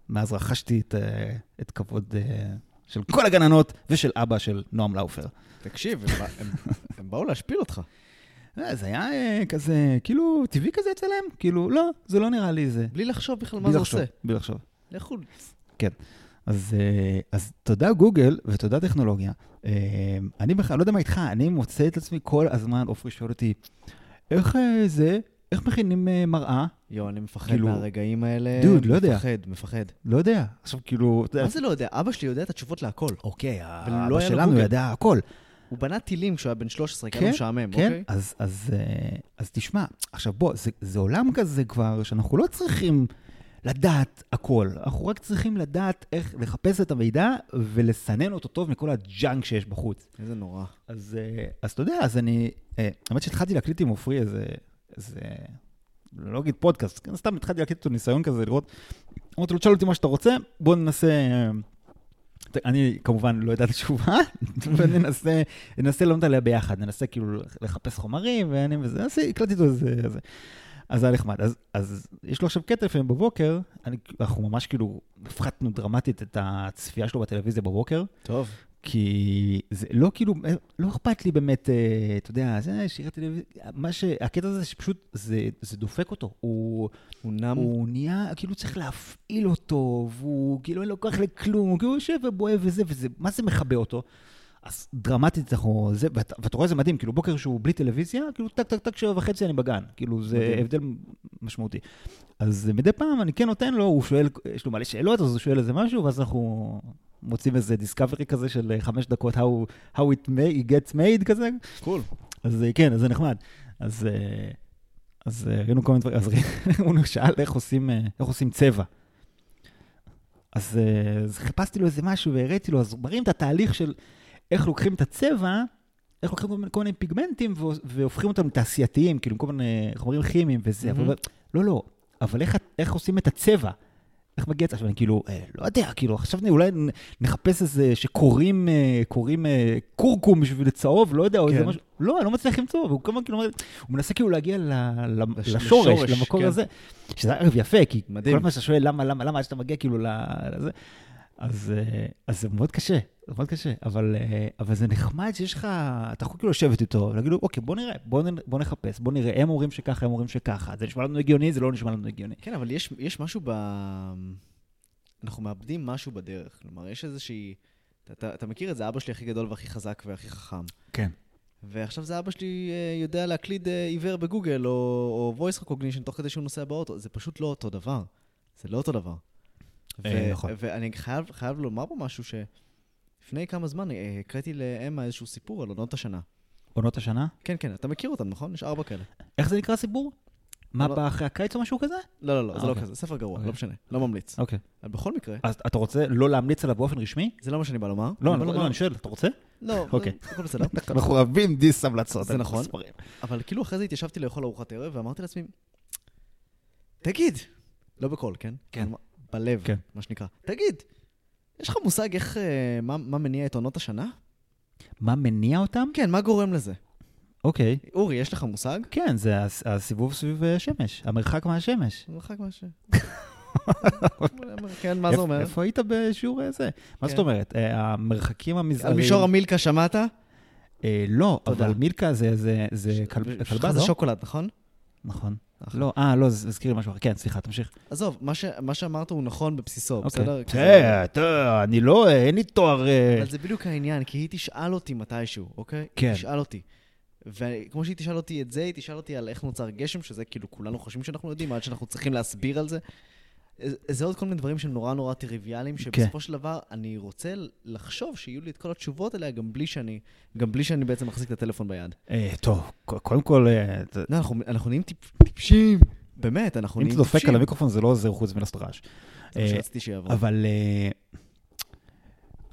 S1: ומאז רכשתי את, אה, את כבוד אה, של כל הגננות ושל אבא של נועם לאופר.
S2: תקשיב, הם בא- הם- הם באו להשפיל אותך.
S1: אה, זה היה אה, כזה, כאילו, טבעי כזה אצלם, כאילו, לא, זה לא נראה לי זה.
S2: בלי לחשוב בכלל מה
S1: בלי
S2: זה
S1: לחשוב,
S2: עושה.
S1: בלי לחשוב. כן.
S2: לכו.
S1: אז, אה, אז תודה גוגל ותודה טכנולוגיה. אה, אני בכלל, לא יודע מה איתך, אני מוצא את עצמי כל הזמן, עופרי שואל אותי, איך אה, זה, איך מכינים אה, מראה?
S2: יואו, אני מפחד
S1: כאילו-
S2: מהרגעים האלה.
S1: דוד, לא יודע.
S2: מפחד, מפחד.
S1: לא יודע. עכשיו, כאילו, אתה יודע,
S2: מה זה לא יודע? אבא שלי יודע את התשובות להכל.
S1: אוקיי,
S2: ולא
S1: האבא
S2: היה לו
S1: שלנו
S2: גוגל.
S1: ידע הכל.
S2: הוא בנה טילים כשהוא היה בן 13, כי
S1: כן,
S2: היה לו משעמם,
S1: כן,
S2: אוקיי?
S1: אז, אז, אה, אז תשמע, עכשיו בוא, זה, זה עולם כזה כבר, שאנחנו לא צריכים לדעת הכל, אנחנו רק צריכים לדעת איך לחפש את המידע ולסנן אותו טוב מכל הג'אנק שיש בחוץ.
S2: איזה נורא.
S1: אז, אה, אז אתה יודע, אז אני, אה, האמת שהתחלתי להקליט עם עופרי איזה, איזה, לא אגיד פודקאסט, כן, סתם התחלתי להקליט אותו ניסיון כזה, לראות, אמרתי לו, תשאל אותי מה שאתה רוצה, בוא ננסה... אה, ת- אני כמובן לא יודע את התשובה, וננסה ננסה לענות עליה ביחד, ננסה כאילו לחפש חומרים, ואני וזה, אז הקלטתי אותו איזה... זה. אז זה היה נחמד. אז, אז יש לו עכשיו קטע לפעמים בבוקר, אני, אנחנו ממש כאילו הפחתנו דרמטית את הצפייה שלו בטלוויזיה בבוקר,
S2: טוב.
S1: כי זה לא כאילו, לא אכפת לי באמת, אה, אתה יודע, זה שירי טלוויזיה, מה ש... הקטע הזה שפשוט, זה, זה דופק אותו. הוא,
S2: הוא נם.
S1: הוא נהיה, כאילו צריך להפעיל אותו, והוא כאילו אין לו כוח לכלום, הוא כאילו יושב ובוהה וזה, וזה, מה זה מכבה אותו? אז דרמטית אנחנו, זה, ואתה, ואתה רואה זה מדהים, כאילו בוקר שהוא בלי טלוויזיה, כאילו טק טק טק שבע וחצי אני בגן, כאילו זה
S2: מדהים.
S1: הבדל משמעותי. אז אה, מדי פעם אני כן נותן לו, הוא שואל, יש לו מלא שאלות, אז הוא שואל איזה משהו, ואז אנחנו מוצאים איזה דיסקאברי כזה של אה, חמש דקות, how, how it, may, it gets made כזה,
S2: קול.
S1: אז אה, כן, אז זה נחמד. אז, אה, אז אה, ראינו כל מיני דברים, אז ראינו, הוא שאל איך עושים, אה, איך עושים צבע. אז, אה, אז חיפשתי לו איזה משהו והראיתי לו, אז הוא מראים את התהליך של איך לוקחים את הצבע, איך לוקחים כל מיני, כל מיני פיגמנטים והופ- והופכים אותם לתעשייתיים, כאילו כל מיני חומרים כימיים וזה, אבל
S2: מהמם.
S1: הוא אומר, לא, לא, אבל איך, איך עושים את הצבע? איך מגיע את זה? עכשיו, אני כאילו, אה, לא יודע, כאילו, עכשיו אני אולי נ- נחפש איזה שקוראים אה, קוראים, אה, קורקום בשביל צהוב, לא יודע, או איזה
S2: כן.
S1: משהו. לא, אני לא מצליח למצוא, והוא כל הזמן כאילו אומר, הוא מנסה כאילו להגיע ל, ל,
S2: לש-
S1: לשורש,
S2: לשורש,
S1: למקור
S2: כן.
S1: הזה, שזה אגב יפה, כי
S2: מדהים.
S1: כל פעם שאתה שואל למה, למה, למה, עד שאתה מגיע כאילו ל- לזה, אז, אה, אז זה מאוד קשה, זה מאוד קשה, אבל, אה, אבל זה נחמד שיש לך, אתה יכול כאילו לשבת איתו, ולהגיד לו, אוקיי, בוא נראה, בוא, נ, בוא נחפש, בוא נראה, הם אומרים שככה, הם אומרים שככה, זה נשמע לנו הגיוני, זה לא נשמע לנו הגיוני.
S2: כן, אבל יש, יש משהו ב... אנחנו מאבדים משהו בדרך. כלומר, יש איזושהי... אתה- אתה, אתה מכיר את זה, אבא שלי הכי גדול והכי חזק והכי חכם.
S1: כן.
S2: ועכשיו זה אבא שלי אה, יודע להקליד אה, עיוור בגוגל, או, או voice recognition תוך כדי שהוא נוסע באוטו. זה פשוט לא אותו דבר. זה לא אותו דבר.
S1: אה, נכון.
S2: ואני חייב, חייב לומר פה משהו ש... לפני כמה זמן אה, הקראתי לאמה איזשהו סיפור על עונות השנה.
S1: עונות השנה?
S2: כן, כן, אתה מכיר אותם, נכון? יש ארבע כאלה.
S1: איך זה נקרא הסיפור? מה
S2: לא.
S1: בא אחרי הקיץ או משהו כזה?
S2: לא, לא, לא, זה
S1: אה,
S2: לא
S1: אוקיי.
S2: כזה, ספר גרוע,
S1: אוקיי.
S2: לא משנה, לא ממליץ.
S1: אוקיי.
S2: אבל בכל מקרה,
S1: אז אתה רוצה לא להמליץ עליו באופן רשמי?
S2: זה לא מה שאני בא לומר.
S1: לא,
S2: בא
S1: אני לא,
S2: לומר-
S1: אני שואל, אתה רוצה?
S2: לא,
S1: אוקיי.
S2: הכל בסדר.
S1: אנחנו אוהבים דיס המלצות.
S2: זה
S1: על
S2: נכון.
S1: ספרים.
S2: אבל כאילו אחרי זה התיישבתי לאכול ארוחת ערב, ואמרתי לעצמי, תגיד, לא בקול, כן?
S1: כן.
S2: אבל בלב,
S1: כן.
S2: מה שנקרא. תגיד, יש לך מושג איך, אה, מה, מה מניע את עונות השנה?
S1: מה מניע אותם?
S2: כן, מה גורם לזה?
S1: אוקיי.
S2: אורי, יש לך מושג?
S1: כן, זה הס- הסיבוב סביב אה, השמש, המרחק מהשמש.
S2: מרחק משהו. כן, מה זה
S1: איפ-
S2: אומר?
S1: איפה היית בשיעור אה, זה? מה זאת
S2: כן.
S1: אומרת? אה, המרחקים המזעריים...
S2: על מישור המילקה שמעת?
S1: אה, לא,
S2: תודה.
S1: אבל מילקה זה- זה זה כל-
S2: שלך
S1: כלבה,
S2: זה
S1: לא?
S2: שוקולד, נכון?
S1: נכון.
S2: אחלה.
S1: לא, אה, לא, זה הזכיר לי משהו אחר. כן, סליחה, תמשיך.
S2: עזוב, מה ש- מה שאמרת הוא נכון בבסיסו,
S1: אוקיי.
S2: בסדר? כי זה-
S1: אה, אתה, אני לא, אה, אין לי תואר... אה,
S2: אבל זה בדיוק העניין, כי היא תשאל אותי מתישהו, אוקיי?
S1: כן.
S2: היא תשאל אותי. וכמו שהיא תשאל אותי את זה, היא תשאל אותי על איך נוצר גשם, שזה כאילו כולנו חושבים שאנחנו יודעים, עד שאנחנו צריכים להסביר על זה. זה- זה עוד כל מיני דברים שהם נורא נורא טריוויאליים, שבסופו של דבר אני רוצה לחשוב שיהיו לי את כל התשובות עליה גם בלי שאני, גם בלי שאני בעצם מחזיק את הטלפון ביד.
S1: אה, טוב, ק- קודם כל, אה, ת-
S2: לא, אנחנו, אנחנו נהיים טיפ, טיפשים. באמת, אנחנו
S1: אם
S2: נהיים
S1: אתה
S2: טיפשים.
S1: דופק על המיקרופון זה לא עוזר חוץ מלעשות רעש.
S2: זה מה
S1: אה,
S2: שרציתי שיעבור.
S1: אבל אה,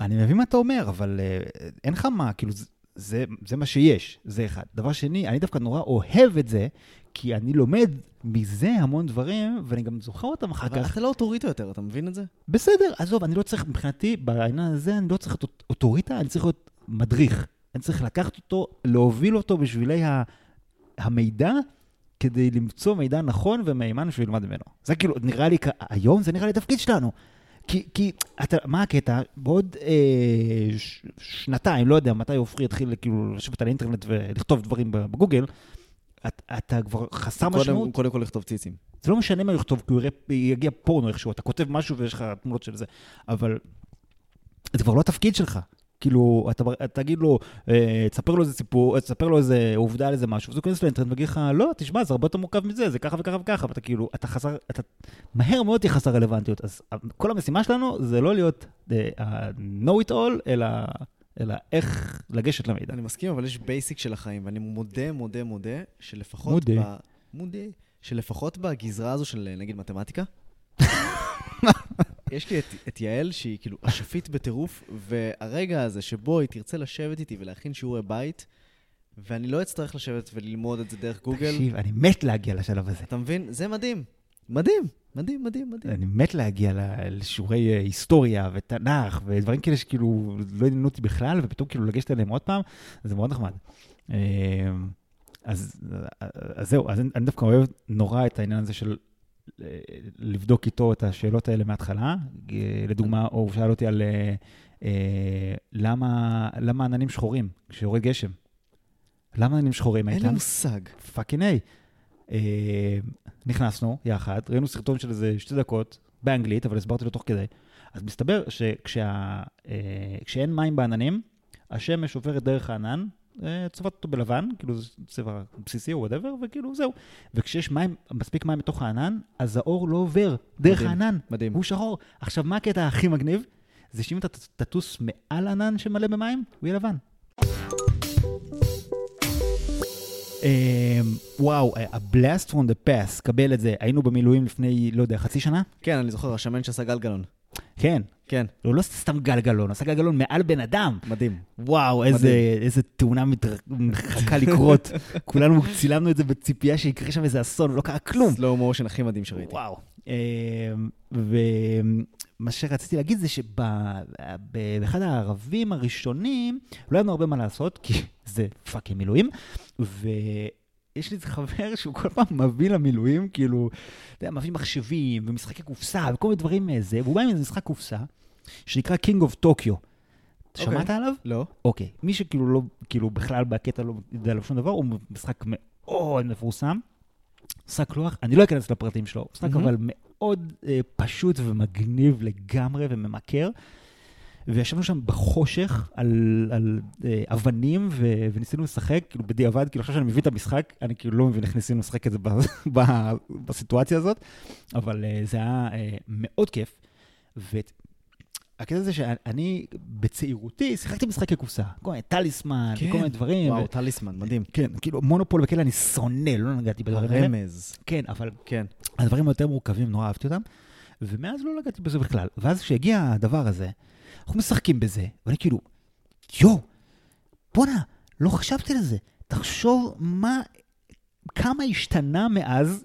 S1: אני מבין מה אתה אומר, אבל אה, אין לך מה, כאילו, זה- זה, זה מה שיש, זה אחד. דבר שני, אני דווקא נורא אוהב את זה, כי אני לומד מזה המון דברים, ואני גם זוכר אותם אחר
S2: אבל
S1: כך.
S2: אתה לא אוטוריטה יותר, אתה מבין את זה?
S1: בסדר, עזוב, אני לא צריך, מבחינתי, בעניין הזה, אני לא צריך להיות אוט- אוטוריטה, אני צריך להיות מדריך. אני צריך לקחת אותו, להוביל אותו בשבילי ה- המידע, כדי למצוא מידע נכון ומהימן שהוא ילמד ממנו. זה כאילו, נראה לי, כ- היום זה נראה לי התפקיד שלנו. כי, כי אתה, מה הקטע? בעוד אה, ש, שנתיים, לא יודע מתי עופרי יתחיל כאילו לשבת על האינטרנט ולכתוב דברים בגוגל, את, אתה כבר חסר משמעות.
S2: קודם, קודם כל לכתוב ציצים.
S1: זה לא משנה מה הוא יכתוב, כי הוא יראה, יגיע פורנו איכשהו, אתה כותב משהו ויש לך תמונות של זה, אבל זה כבר לא התפקיד שלך. כאילו, אתה, אתה תגיד לו, אה, תספר לו איזה סיפור, אה, תספר לו איזה עובדה על איזה משהו, אז הוא ייכנס לאינטרנט ויגיד לך, לא, תשמע, זה הרבה יותר מורכב מזה, זה ככה וככה וככה, ואתה כאילו, אתה חסר, אתה מהר מאוד תהיה חסר רלוונטיות. אז אה, כל המשימה שלנו זה לא להיות אה, ה-know it all, אלא, אלא איך לגשת למידע.
S2: אני מסכים, אבל יש בייסיק של החיים, ואני מודה, מודה, מודה, שלפחות...
S1: מודה.
S2: ב... מודה. שלפחות בגזרה הזו של אה, נגיד מתמטיקה, יש לי את, את יעל שהיא כאילו אשפית בטירוף, והרגע הזה שבו היא תרצה לשבת איתי ולהכין שיעורי בית, ואני לא אצטרך לשבת וללמוד את זה דרך גוגל,
S1: תקשיב, אני מת להגיע לשלב הזה.
S2: אתה מבין? זה מדהים. מדהים, מדהים, מדהים, מדהים.
S1: אני מת להגיע ל- לשיעורי אה, היסטוריה ותנ"ך ודברים כאלה שכאילו לא עניינו אותי בכלל, ופתאום כאילו לגשת אליהם עוד פעם, זה מאוד נחמד. אה, אז, אז זהו, אז אני, אני דווקא אוהב נורא את העניין הזה של אה, לבדוק איתו את השאלות האלה מההתחלה. אה, לדוגמה, הוא שאל אותי על אה, אה, למה, למה עננים שחורים כשיורד גשם. למה עננים שחורים,
S2: אין לי
S1: איתן?
S2: מושג.
S1: פאקינג איי. אה, נכנסנו יחד, ראינו סרטון של איזה שתי דקות, באנגלית, אבל הסברתי לו תוך כדי. אז מסתבר שכשאין מים בעננים, השמש עוברת דרך הענן, אה, צובעת אותו בלבן, כאילו זה צבע בסיסי או וואטאבר, וכאילו זהו. וכשיש מים, מספיק מים בתוך הענן, אז האור לא עובר דרך
S2: מדהים.
S1: הענן.
S2: מדהים.
S1: הוא שחור. עכשיו, מה הקטע הכי מגניב? זה שאם אתה ת- תטוס מעל ענן שמלא במים, הוא יהיה לבן. אמ, וואו, ה- ה-blast from the past, קבל את זה. היינו במילואים לפני, לא יודע, חצי שנה?
S2: כן, אני זוכר, השמן שעשה גלגלון.
S1: כן.
S2: כן,
S1: הוא לא סתם גלגלון, הוא עשה גלגלון מעל בן אדם.
S2: מדהים.
S1: וואו, איזה, איזה תאונה מתר- מחכה לקרות. כולנו צילמנו את זה בציפייה שיקרה שם איזה אסון, ולא קרה כלום.
S2: סלואו מושן הכי מדהים שראיתי.
S1: וואו. אמ, ומה שרציתי להגיד זה שבאחד הערבים הראשונים, לא היה לנו הרבה מה לעשות, כי זה פאקינג מילואים, ויש לי איזה חבר שהוא כל פעם מביא למילואים, כאילו, אתה יודע, מביא מחשבים ומשחקי קופסה וכל מיני דברים מזה, והוא בא עם איזה משחק קופסה, שנקרא King of Tokyo.
S2: אוקיי.
S1: שמעת עליו?
S2: לא?
S1: אוקיי, מי שכאילו לא, כאילו בכלל בקטע לא יודע עליו שום דבר, הוא משחק מאוד מפורסם. משחק לוח, אני לא אכנס לפרטים שלו, משחק
S2: מהמם.
S1: אבל מאוד אה, פשוט ומגניב לגמרי וממכר. וישבנו שם בחושך על, על אה, אבנים ו, וניסינו לשחק, כאילו בדיעבד, כאילו עכשיו שאני מבין את המשחק, אני כאילו לא מבין איך ניסינו לשחק את זה ב, ב, בסיטואציה הזאת, אבל אה, זה היה אה, מאוד כיף. והקטע זה שאני בצעירותי שיחקתי משחקי קופסה, כל מיני טליסמן,
S2: כן.
S1: וכל מיני דברים.
S2: וואו,
S1: ו-
S2: טליסמן, מדהים.
S1: כן, כאילו מונופול וכאלה אני שונא, לא נגעתי בדברים האלה.
S2: הרמז.
S1: כן, אבל
S2: כן.
S1: הדברים היותר מורכבים, נורא אהבתי אותם, ומאז לא נגעתי בזה בכלל. ואז כשהגיע הדבר הזה, אנחנו משחקים בזה, ואני כאילו, יואו, בואנה, לא חשבתי על זה. תחשוב מה, כמה השתנה מאז,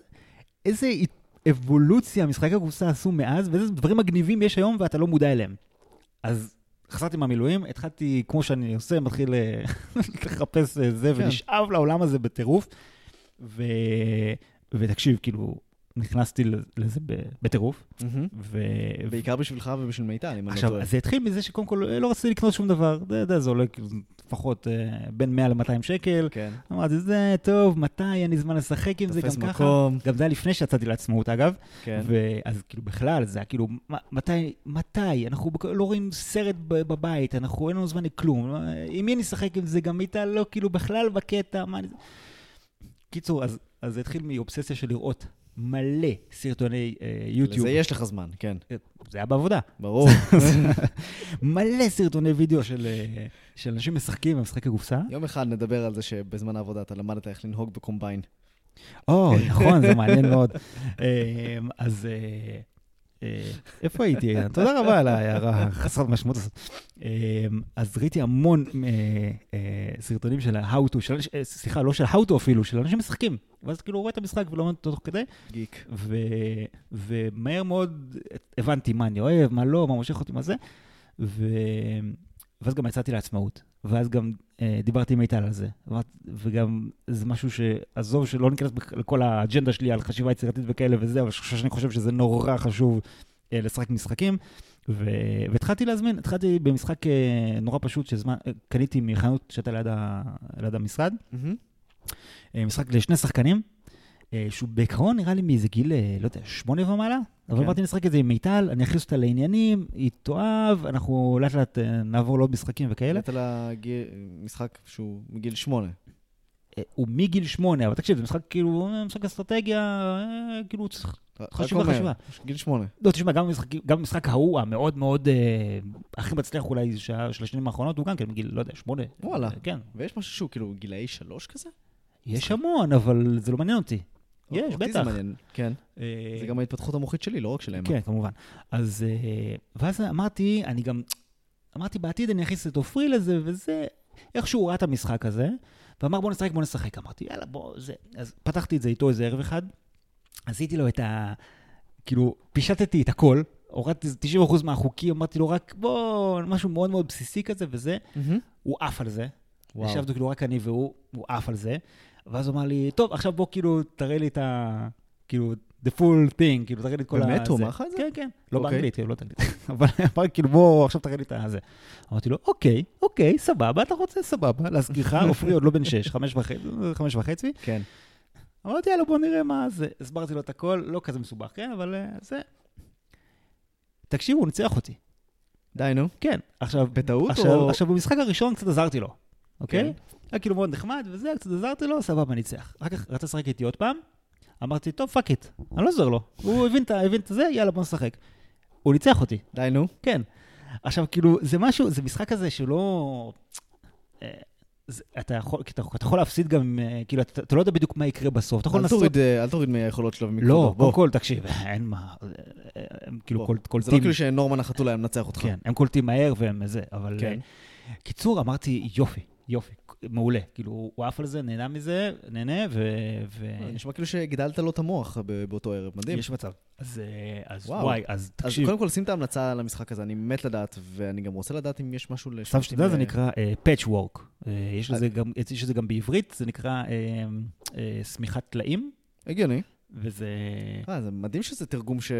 S1: איזה אי- אבולוציה משחקי הקופסה עשו מאז, ואיזה דברים מגניבים יש היום ואתה לא מודע אליהם. אז חזרתי מהמילואים, התחלתי, כמו שאני עושה, מתחיל אה, לחפש אה, זה,
S2: כן.
S1: ונשאב לעולם הזה בטירוף. ו... ותקשיב, כאילו, נכנסתי לזה ב- בטירוף,
S2: מהמם.
S1: ו...
S2: בעיקר בשבילך ובשביל מיטל, אם אני לא
S1: עכשיו,
S2: טועה.
S1: אז זה התחיל מזה שקודם כל אה, לא רציתי לקנות שום דבר, אתה יודע, זה עולה כאילו לפחות אה, בין 100 ל-200 שקל.
S2: כן.
S1: אמרתי, זה טוב, מתי, אין לי זמן לשחק עם זה, גם
S2: תופס
S1: ככה.
S2: מקום,
S1: גם זה היה לפני שיצאתי לעצמאות, אגב.
S2: כן.
S1: ואז כאילו בכלל, זה היה כאילו, "מה- מתי, מתי, אנחנו בכ- לא רואים סרט ב- בבית, אנחנו, אין לנו זמן לכלום. אה, עם מי נשחק עם זה? גם איתה לא, כאילו, בכלל בקטע, מה... אני- קיצור, אז אז זה התחיל מאובססיה של לראות מלא סרטוני אה, יוטיוב.
S2: לזה יש לך זמן, כן.
S1: זה היה בעבודה.
S2: ברור.
S1: מלא סרטוני וידאו של, אה, של אנשים משחקים במשחקי קופסה.
S2: יום אחד נדבר על זה שבזמן העבודה אתה למדת איך לנהוג בקומביין.
S1: או, נכון, זה מעניין מאוד. אה, אז אה, אה, איפה הייתי? איתן? תודה רבה על ההערה חסרת משמעות הזאת. אה, אז ראיתי המון אה, אה, סרטונים של ה-how to, של אנש- אה, סליחה, לא של how to אפילו, של אנשים משחקים. ואז כאילו רואה את המשחק ולומד אותו תוך כדי,
S2: גיק.
S1: ו, ומהר מאוד הבנתי מה אני אוהב, מה לא, מה מושך אותי, מה זה, ו, ואז גם יצאתי לעצמאות, ואז גם אה, דיברתי עם איטל על זה, ואמרת- וגם זה משהו שעזוב שלא ניכנס בכ- לכל האג'נדה שלי על חשיבה יצירתית וכאלה וזה, אבל חושב שאני חושב שזה נורא חשוב אה, לשחק משחקים. ו... והתחלתי להזמין, התחלתי במשחק אה, נורא פשוט, שזמן, אה, קניתי מחנות שהייתה ליד, ה... ליד המשרד,
S2: מהמם.
S1: אה, משחק לשני שחקנים, אה, שהוא בעיקרון נראה לי מאיזה גיל, אה, לא יודע, שמונה ומעלה, אבל
S2: כן.
S1: אמרתי נשחק את זה עם מיטל, אני אכניס אותה לעניינים, היא תאהב, אנחנו לאט לאט אה, נעבור לעוד משחקים וכאלה.
S2: העלית לה גי- משחק שהוא מגיל שמונה.
S1: אה, הוא מגיל שמונה, אבל תקשיב, זה משחק כאילו, אה, משחק אסטרטגיה, אה, כאילו צריך...
S2: רק
S1: חשיבה,
S2: אומר,
S1: חשיבה.
S2: גיל שמונה.
S1: לא, תשמע, גם המשחק, גם המשחק ההוא, המאוד מאוד אה, הכי מצליח אולי שה- של השנים האחרונות, הוא גם כן מגיל, לא יודע, שמונה.
S2: וואלה.
S1: אה, כן.
S2: ויש משהו שהוא כאילו גילאי שלוש כזה?
S1: יש המון, אבל זה לא מעניין אותי. יש,
S2: אותי
S1: בטח.
S2: זה מעניין. כן.
S1: אה,
S2: זה גם ההתפתחות המוחית שלי, לא רק שלהם.
S1: כן, כמובן. אז, אה, ואז אמרתי, אני גם, אמרתי, בעתיד אני אכניס את עופרי לזה, וזה, איכשהו הוא ראה את המשחק הזה, ואמר, בוא נשחק, בוא נשחק. אמרתי, יאללה, בוא, זה... אז פתחתי את זה איתו איזה ערב אחד, עשיתי לו את ה... כאילו, פישטתי את הכל, הורדתי 90% מהחוקים, אמרתי לו, רק בוא, משהו מאוד מאוד בסיסי כזה, וזה,
S2: מהמם.
S1: הוא עף על זה.
S2: וואו.
S1: ישבנו כאילו רק אני והוא, הוא עף על זה. ואז הוא אמר לי, טוב, עכשיו בוא כאילו תראה לי את ה... כאילו, the full thing, כאילו תראה לי את כל ה...
S2: באמת? הוא אמר לך את זה?
S1: כן, כן. לא
S2: אוקיי.
S1: באנגלית, כאילו, לא באנגלית. אבל אמר לי, כאילו, בוא, עכשיו תראה לי את הזה. אמרתי לו, אוקיי, אוקיי, סבבה, אתה רוצה, סבבה. להזכירך, עופרי עוד לא בן שש, חמש וחצי, חמש וחצי.
S2: כן.
S1: אמרתי, יאללה, בוא נראה מה זה. הסברתי לו את הכל, לא כזה מסובך, כן, אבל אה, זה... תקשיבו, הוא ניצח אותי.
S2: די, נו.
S1: כן. עכשיו,
S2: בטעות
S1: עכשיו,
S2: או...
S1: עכשיו, במשחק הראשון קצת עזרתי לו, אוקיי?
S2: כן.
S1: היה כאילו מאוד נחמד וזה, קצת עזרתי לו, סבבה, ניצח. אחר כך רצה לשחק איתי עוד פעם, אמרתי, טוב, פאק איט, אני לא עוזר לו. הוא הבין את ה- הבין את זה, יאללה, בוא נשחק. הוא ניצח אותי,
S2: די, נו.
S1: כן. עכשיו, כאילו, זה משהו, זה משחק כזה שלא... אה, זה- אתה יכול, כי אתה אתה יכול להפסיד גם, אה, כאילו, אתה אתה לא יודע בדיוק מה יקרה בסוף, אתה יכול
S2: אל
S1: לנסות...
S2: תוריד, אה, אל תוריד מהיכולות שלו ומכל.
S1: לא, קודם כל, תקשיב, אין מה, אה, אה, הם כאילו
S2: בוא.
S1: קול-
S2: זה לא
S1: קולטים,
S2: כאילו שנורמן החתול היה מנצח אותך.
S1: כן, הם קולטים מהר והם זה, אבל... אה,
S2: כן.
S1: קיצור, אמרתי, יופי, יופי, מעולה. כאילו, הוא עף על זה, נהנה מזה, נהנה, ו... ו...
S2: נשמע כאילו שהגדלת לו את המוח ב- באותו ערב. מדהים.
S1: יש מצב. אז, אה, אז
S2: וואו.
S1: וואי, אז
S2: אז
S1: תקשיב,
S2: קודם כל, שים את ההמלצה על המשחק הזה, אני מת לדעת, ואני גם רוצה לדעת אם יש משהו
S1: סתם שתדע, זה
S2: אה,
S1: נקרא פאצ'וורק. יש לזה גם- יש לזה גם בעברית, זה נקרא אה, אה, שמיכת טלאים,
S2: הגיוני.
S1: וזה...
S2: אה, זה מדהים שזה תרגום ש...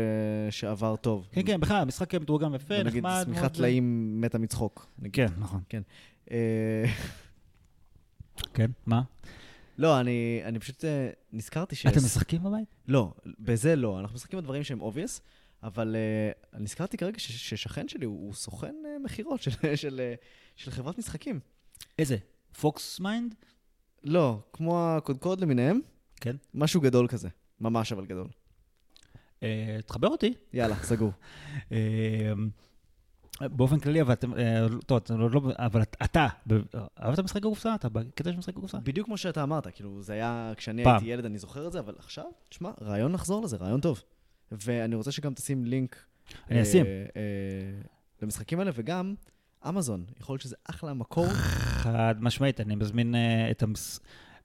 S2: שעבר טוב.
S1: כן, כן, בכלל, המשחק מתורגם יפה,
S2: נגיד,
S1: נחמד. מאוד.
S2: שמיכת טלאים מתה מצחוק. נגיד.
S1: כן, נכון.
S2: אה,
S1: כן, מה?
S2: לא, אני, אני פשוט אה, נזכרתי ש...
S1: אתם משחקים בבית?
S2: לא, בזה לא. אנחנו משחקים בדברים שהם obvious, אבל אה, אני נזכרתי כרגע ש... ששכן שלי הוא, הוא סוכן אה, מכירות של, של, אה, של חברת משחקים.
S1: איזה? פוקס מיינד?
S2: לא, כמו הקודקוד למיניהם,
S1: כן.
S2: משהו גדול כזה. ממש אבל גדול.
S1: אה, תחבר אותי.
S2: יאללה, סגור.
S1: אה, באופן כללי, אבל אתם, אה, טוב, אתם עוד לא, אבל אתה, ב- אהבת משחק הקופסה? אתה בקטע של משחק הקופסה?
S2: בדיוק כמו שאתה אמרת, כאילו, זה היה, כשאני
S1: פעם.
S2: הייתי ילד, אני זוכר את זה, אבל עכשיו, תשמע, רעיון לחזור לזה, רעיון טוב. ואני רוצה שגם תשים לינק.
S1: אני
S2: אה,
S1: אשים.
S2: אה, למשחקים האלה, וגם, אמזון, יכול להיות שזה אחלה מקור.
S1: חד משמעית, אני מזמין אה, את המס...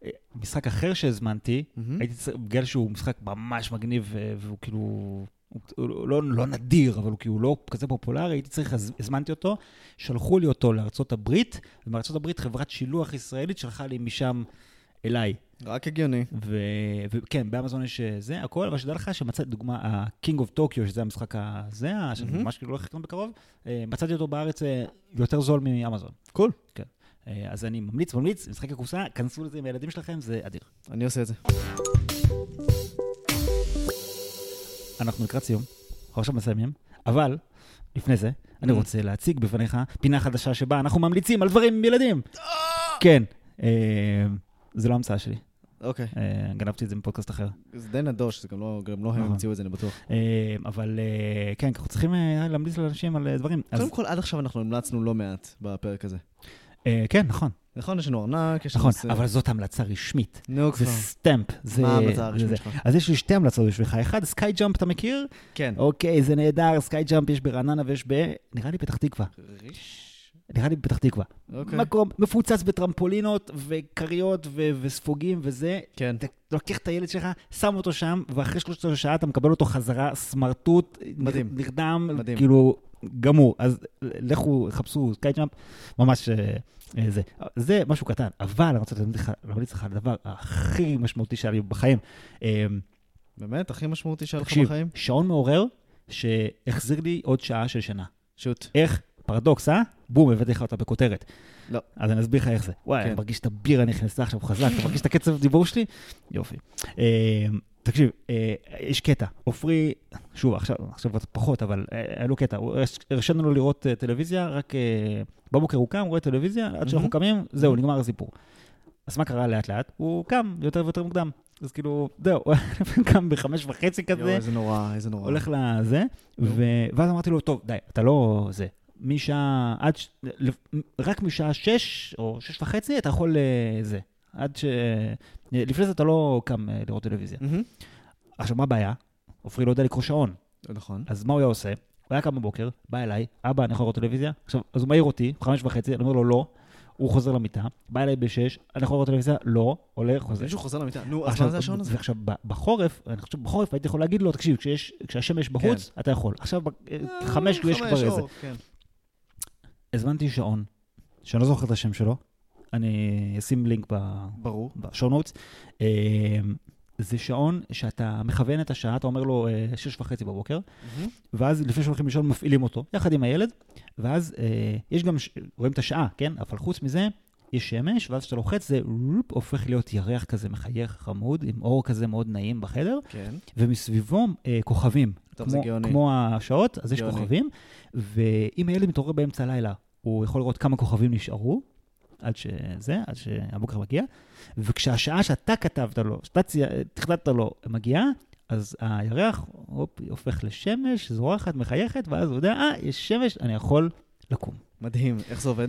S1: אה, משחק אחר שהזמנתי,
S2: מהמם.
S1: הייתי צריך, בגלל שהוא משחק ממש מגניב, אה, והוא כאילו, הוא- הוא לא, לא נדיר, אבל הוא כאילו לא כזה פופולרי, הייתי צריך, אז הזמנתי אותו, שלחו לי אותו לארצות הברית, ומארצות הברית חברת שילוח ישראלית שלחה לי משם אליי.
S2: רק הגיוני.
S1: ו- וכן, באמזון יש אה, זה, הכל, אבל שתדע לך שמצאתי, דוגמה, ה-King of Tokyo, שזה המשחק הזה, ה- שאני
S2: מהמם.
S1: ממש כאילו הולך לקנות בקרוב, אה, מצאתי אותו בארץ אה, יותר זול מאמזון.
S2: קול.
S1: אה, אז אני ממליץ, ממליץ, משחק הקופסה, כנסו לזה עם הילדים שלכם, זה אדיר.
S2: אני עושה את זה.
S1: אנחנו לקראת סיום, אנחנו עכשיו מסיימים, אבל לפני זה, אני רוצה להציג בפניך פינה חדשה שבה אנחנו ממליצים על דברים עם ילדים. כן, אה, זה לא המצאה שלי,
S2: אוקיי.
S1: אה, גנבתי את זה מפודקאסט אחר.
S2: זה די נדוש, זה גם לא, גם לא הם
S1: נכון.
S2: המציאו את זה, אני בטוח.
S1: אה, אבל אה, כן, אנחנו צריכים אה, להמליץ לאנשים על אה, דברים. אז
S2: קודם כל, עד עכשיו אנחנו המלצנו לא מעט בפרק הזה.
S1: אה, כן, נכון,
S2: נכון, יש לנו ארנק, יש לנו...
S1: נכון,
S2: זה-
S1: אבל זאת המלצה רשמית.
S2: נו, כבר.
S1: זה סטמפ. זה-
S2: מה ההמלצה
S1: זה-
S2: הרשמית שלך?
S1: אז יש לי שתי המלצות בשבילך. אחד, סקאי ג'אמפ אתה מכיר?
S2: כן.
S1: אוקיי, זה נהדר, סקאי ג'אמפ יש ברעננה ויש ב... נראה לי פתח תקווה.
S2: ריש.
S1: נראה לי בפתח תקווה.
S2: אוקיי.
S1: מקום מפוצץ בטרמפולינות וכריות ו- וספוגים וזה.
S2: כן.
S1: אתה לוקח את הילד שלך, שם אותו שם, ואחרי שלושת רבעי שעה אתה מקבל אותו חזרה, סמרטוט,
S2: מדהים.
S1: נר- נרדם,
S2: מדהים.
S1: כאילו, גמור. אז לכו, חפשו סקייג'אמפ, ממש אה, אה, זה. זה משהו קטן, אבל אני רוצה להמליץ לך- להמליץ לך על הדבר הכי משמעותי שהיה לי בחיים. אה,
S2: באמת, הכי משמעותי שהיה לך
S1: תקשיב,
S2: בחיים?
S1: שעון מעורר שהחזיר לי עוד שעה של שינה.
S2: שוט.
S1: איך? פרדוקס, אה? בום, הבאתי לך אותה בכותרת.
S2: לא.
S1: אז אני אסביר לך איך זה. וואי,
S2: כן.
S1: אני מרגיש את הבירה נכנסה עכשיו חזק, אתה מרגיש את הקצב הדיבור שלי? יופי. אה, תקשיב, אה, יש קטע. עופרי, שוב, עכשיו עכשיו קצת פחות, אבל אה, היה לו קטע. הוא- הרש- הרשינו לו לראות אה, טלוויזיה, רק אה, בבוקר הוא קם, רואה טלוויזיה, עד שאנחנו
S2: מהמם.
S1: קמים, זהו, נגמר הסיפור. אז מה קרה לאט לאט? הוא קם יותר ויותר מוקדם. אז כאילו, זהו, הוא קם בחמש וחצי
S2: יואו,
S1: כזה,
S2: איזה נורא, איזה נורא.
S1: הולך לזה, ו- ואז אמרתי לו, טוב, די, אתה לא זה. משעה, עד, ש- ל- רק משעה שש או שש וחצי אתה יכול אה, זה. עד ש... אה, לפני זה אתה לא קם אה, לראות טלוויזיה.
S2: מהמם.
S1: עכשיו, מה הבעיה? עופרי לא יודע לקרוא שעון,
S2: נכון.
S1: אז מה הוא היה עושה? הוא היה קם בבוקר, בא אליי, אבא, אני יכול לראות טלוויזיה? עכשיו, אז הוא מעיר אותי, חמש וחצי, אני אומר לו, לא. הוא חוזר למיטה, בא אליי בשש, אני יכול לראות טלוויזיה? לא. הולך, חוזר.
S2: מישהו חוזר למיטה, נו, אז מה זה השעון הזה?
S1: ועכשיו, ב- בחורף, אני חושב שבחורף הייתי יכול להגיד לו, תקשיב, כשיש, כשהשמש בחוץ, אתה יכול. עכשיו, ב-
S2: כן. אה,
S1: חמש, יש כבר איזה.
S2: אור, כן.
S1: הזמנתי שעון, שאני לא זוכר את השם שלו, אני אשים לינק ב-
S2: ברור.
S1: בשעונות. זה שעון שאתה מכוון את השעה, אתה אומר לו אה, שש וחצי בבוקר,
S2: מהמם.
S1: ואז לפני שהולכים לישון מפעילים אותו, יחד עם הילד, ואז אה, יש גם, ש... רואים את השעה, כן? אבל חוץ מזה, יש שמש, ואז כשאתה לוחץ זה רופ, הופך להיות ירח כזה מחייך, חמוד, עם אור כזה מאוד נעים בחדר,
S2: כן.
S1: ומסביבו אה, כוכבים.
S2: טוב, זה
S1: כמו,
S2: גאוני.
S1: כמו השעות, אז יש
S2: גאוני.
S1: כוכבים, ואם הילד מתעורר באמצע הלילה, הוא יכול לראות כמה כוכבים נשארו. עד שזה, עד שהבוקר מגיע, וכשהשעה שאתה כתבת לו, שאתה צי- תכננת לו, מגיעה, אז הירח הופ, הופך לשמש, זורחת, מחייכת, ואז הוא יודע, אה, יש שמש, אני יכול לקום.
S2: מדהים, איך זה עובד?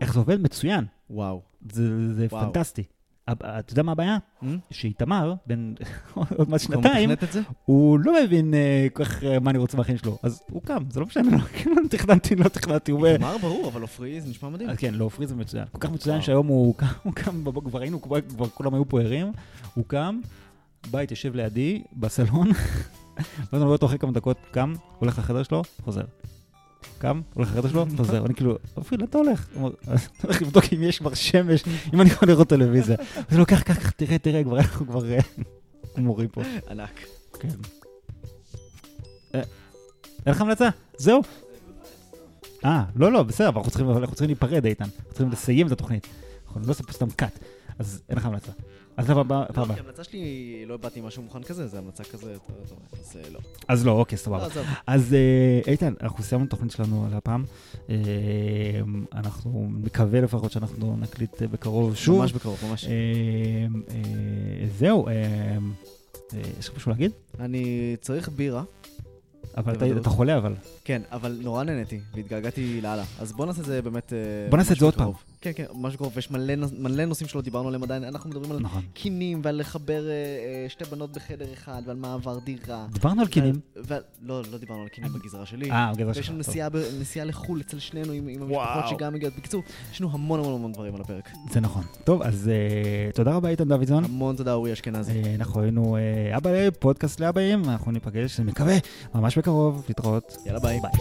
S1: איך זה עובד? מצוין.
S2: וואו.
S1: זה, זה
S2: וואו. אמ?
S1: פנטסטי. הב- אתה יודע מה הבעיה?
S2: מ?
S1: שאיתמר, בן עוד מעט
S2: הוא כבר
S1: שנתיים,
S2: מתכנת את זה?
S1: הוא לא מבין אה, כל כך אה, מה אני רוצה מהחיים שלו, אז הוא קם, זה לא משנה לו, כאילו תכננתי, לא תכננתי, הוא... ב-
S2: אמר ברור, אבל עופרי זה נשמע מדהים.
S1: אז כן, לא, עופרי זה מצוין. כל כך מצוין
S2: וואו.
S1: שהיום הוא קם- הוא קם בבוקר, כבר ראינו, כבר כבר כולם היו פה ערים, הוא קם, בא, התיישב לידי, בסלון, ואז אני רואה אותו אחרי כמה דקות, קם, הולך לחדר שלו, חוזר. קם, הולך לחדר שלו, חוזר. אני כאילו, עופרי, לאן אתה הולך? הוא אומר, אני הולך לבדוק אם יש כבר שמש, אם אני יכול לראות טלוויזיה. אז הוא לוקח, קח, תראה, תראה, כבר אנחנו כבר אה, מורים פה.
S2: ענק.
S1: כן. אה, אין לך המלצה? זהו. אה, לא, לא, בסדר, אבל אנחנו צריכים, אבל אנחנו צריכים להיפרד, איתן. אנחנו צריכים לסיים את התוכנית. אנחנו לא עושים פה סתם קאט, אז אין לך המלצה. אז פעם הבאה, פעם
S2: לא, כי
S1: הבאה.
S2: ההמלצה שלי, לא באתי עם משהו מוכן כזה, זה המלצה כזה, אתה אתה רואה, אז אה, לא.
S1: אז לא, אוקיי,
S2: לא,
S1: סבבה.
S2: עזוב.
S1: אז אה, איתן, אנחנו סיימנו את התוכנית שלנו להפעם. אה, אנחנו נקווה לפחות שאנחנו נקליט אה, בקרוב שוב.
S2: ממש בקרוב, ממש.
S1: אה, אה, זהו, אה, אה, יש לך משהו להגיד?
S2: אני צריך בירה.
S1: אבל אתה-
S2: בוודאות.
S1: אתה חולה, אבל.
S2: כן, אבל נורא נהניתי, והתגעגעתי לאללה. אז בוא נעשה את זה באמת... אה,
S1: בוא נעשה את זה
S2: ממש
S1: עוד פעם.
S2: בקרוב. כן, כן, ממש גרוב, ויש מלא, נוס- מלא נושאים שלא דיברנו עליהם עדיין. אנחנו מדברים על
S1: נכון.
S2: קינים ועל לחבר אה, אה, שתי בנות בחדר אחד ועל מעבר דירה.
S1: דיברנו על קינים.
S2: ועל- ועל- לא, לא דיברנו על קינים בגזרה שלי.
S1: אה, בגלל
S2: ויש לנו
S1: שלך, טוב.
S2: נסיעה, ב, נסיעה לחו"ל אצל שנינו עם, עם המשפחות
S1: וואו.
S2: שגם מגיעות. בקיצור, יש לנו המון המון המון דברים על הפרק.
S1: זה נכון. טוב, אז אה, תודה רבה, איתן דוידזון.
S2: המון תודה, אורי אשכנזי.
S1: אה, אנחנו היינו אה, אבא ל- פודקאסט לאבאים, אנחנו ניפגש, אני מקווה, ממש בקרוב, להתראות.
S2: יאללה, ביי.
S1: ביי.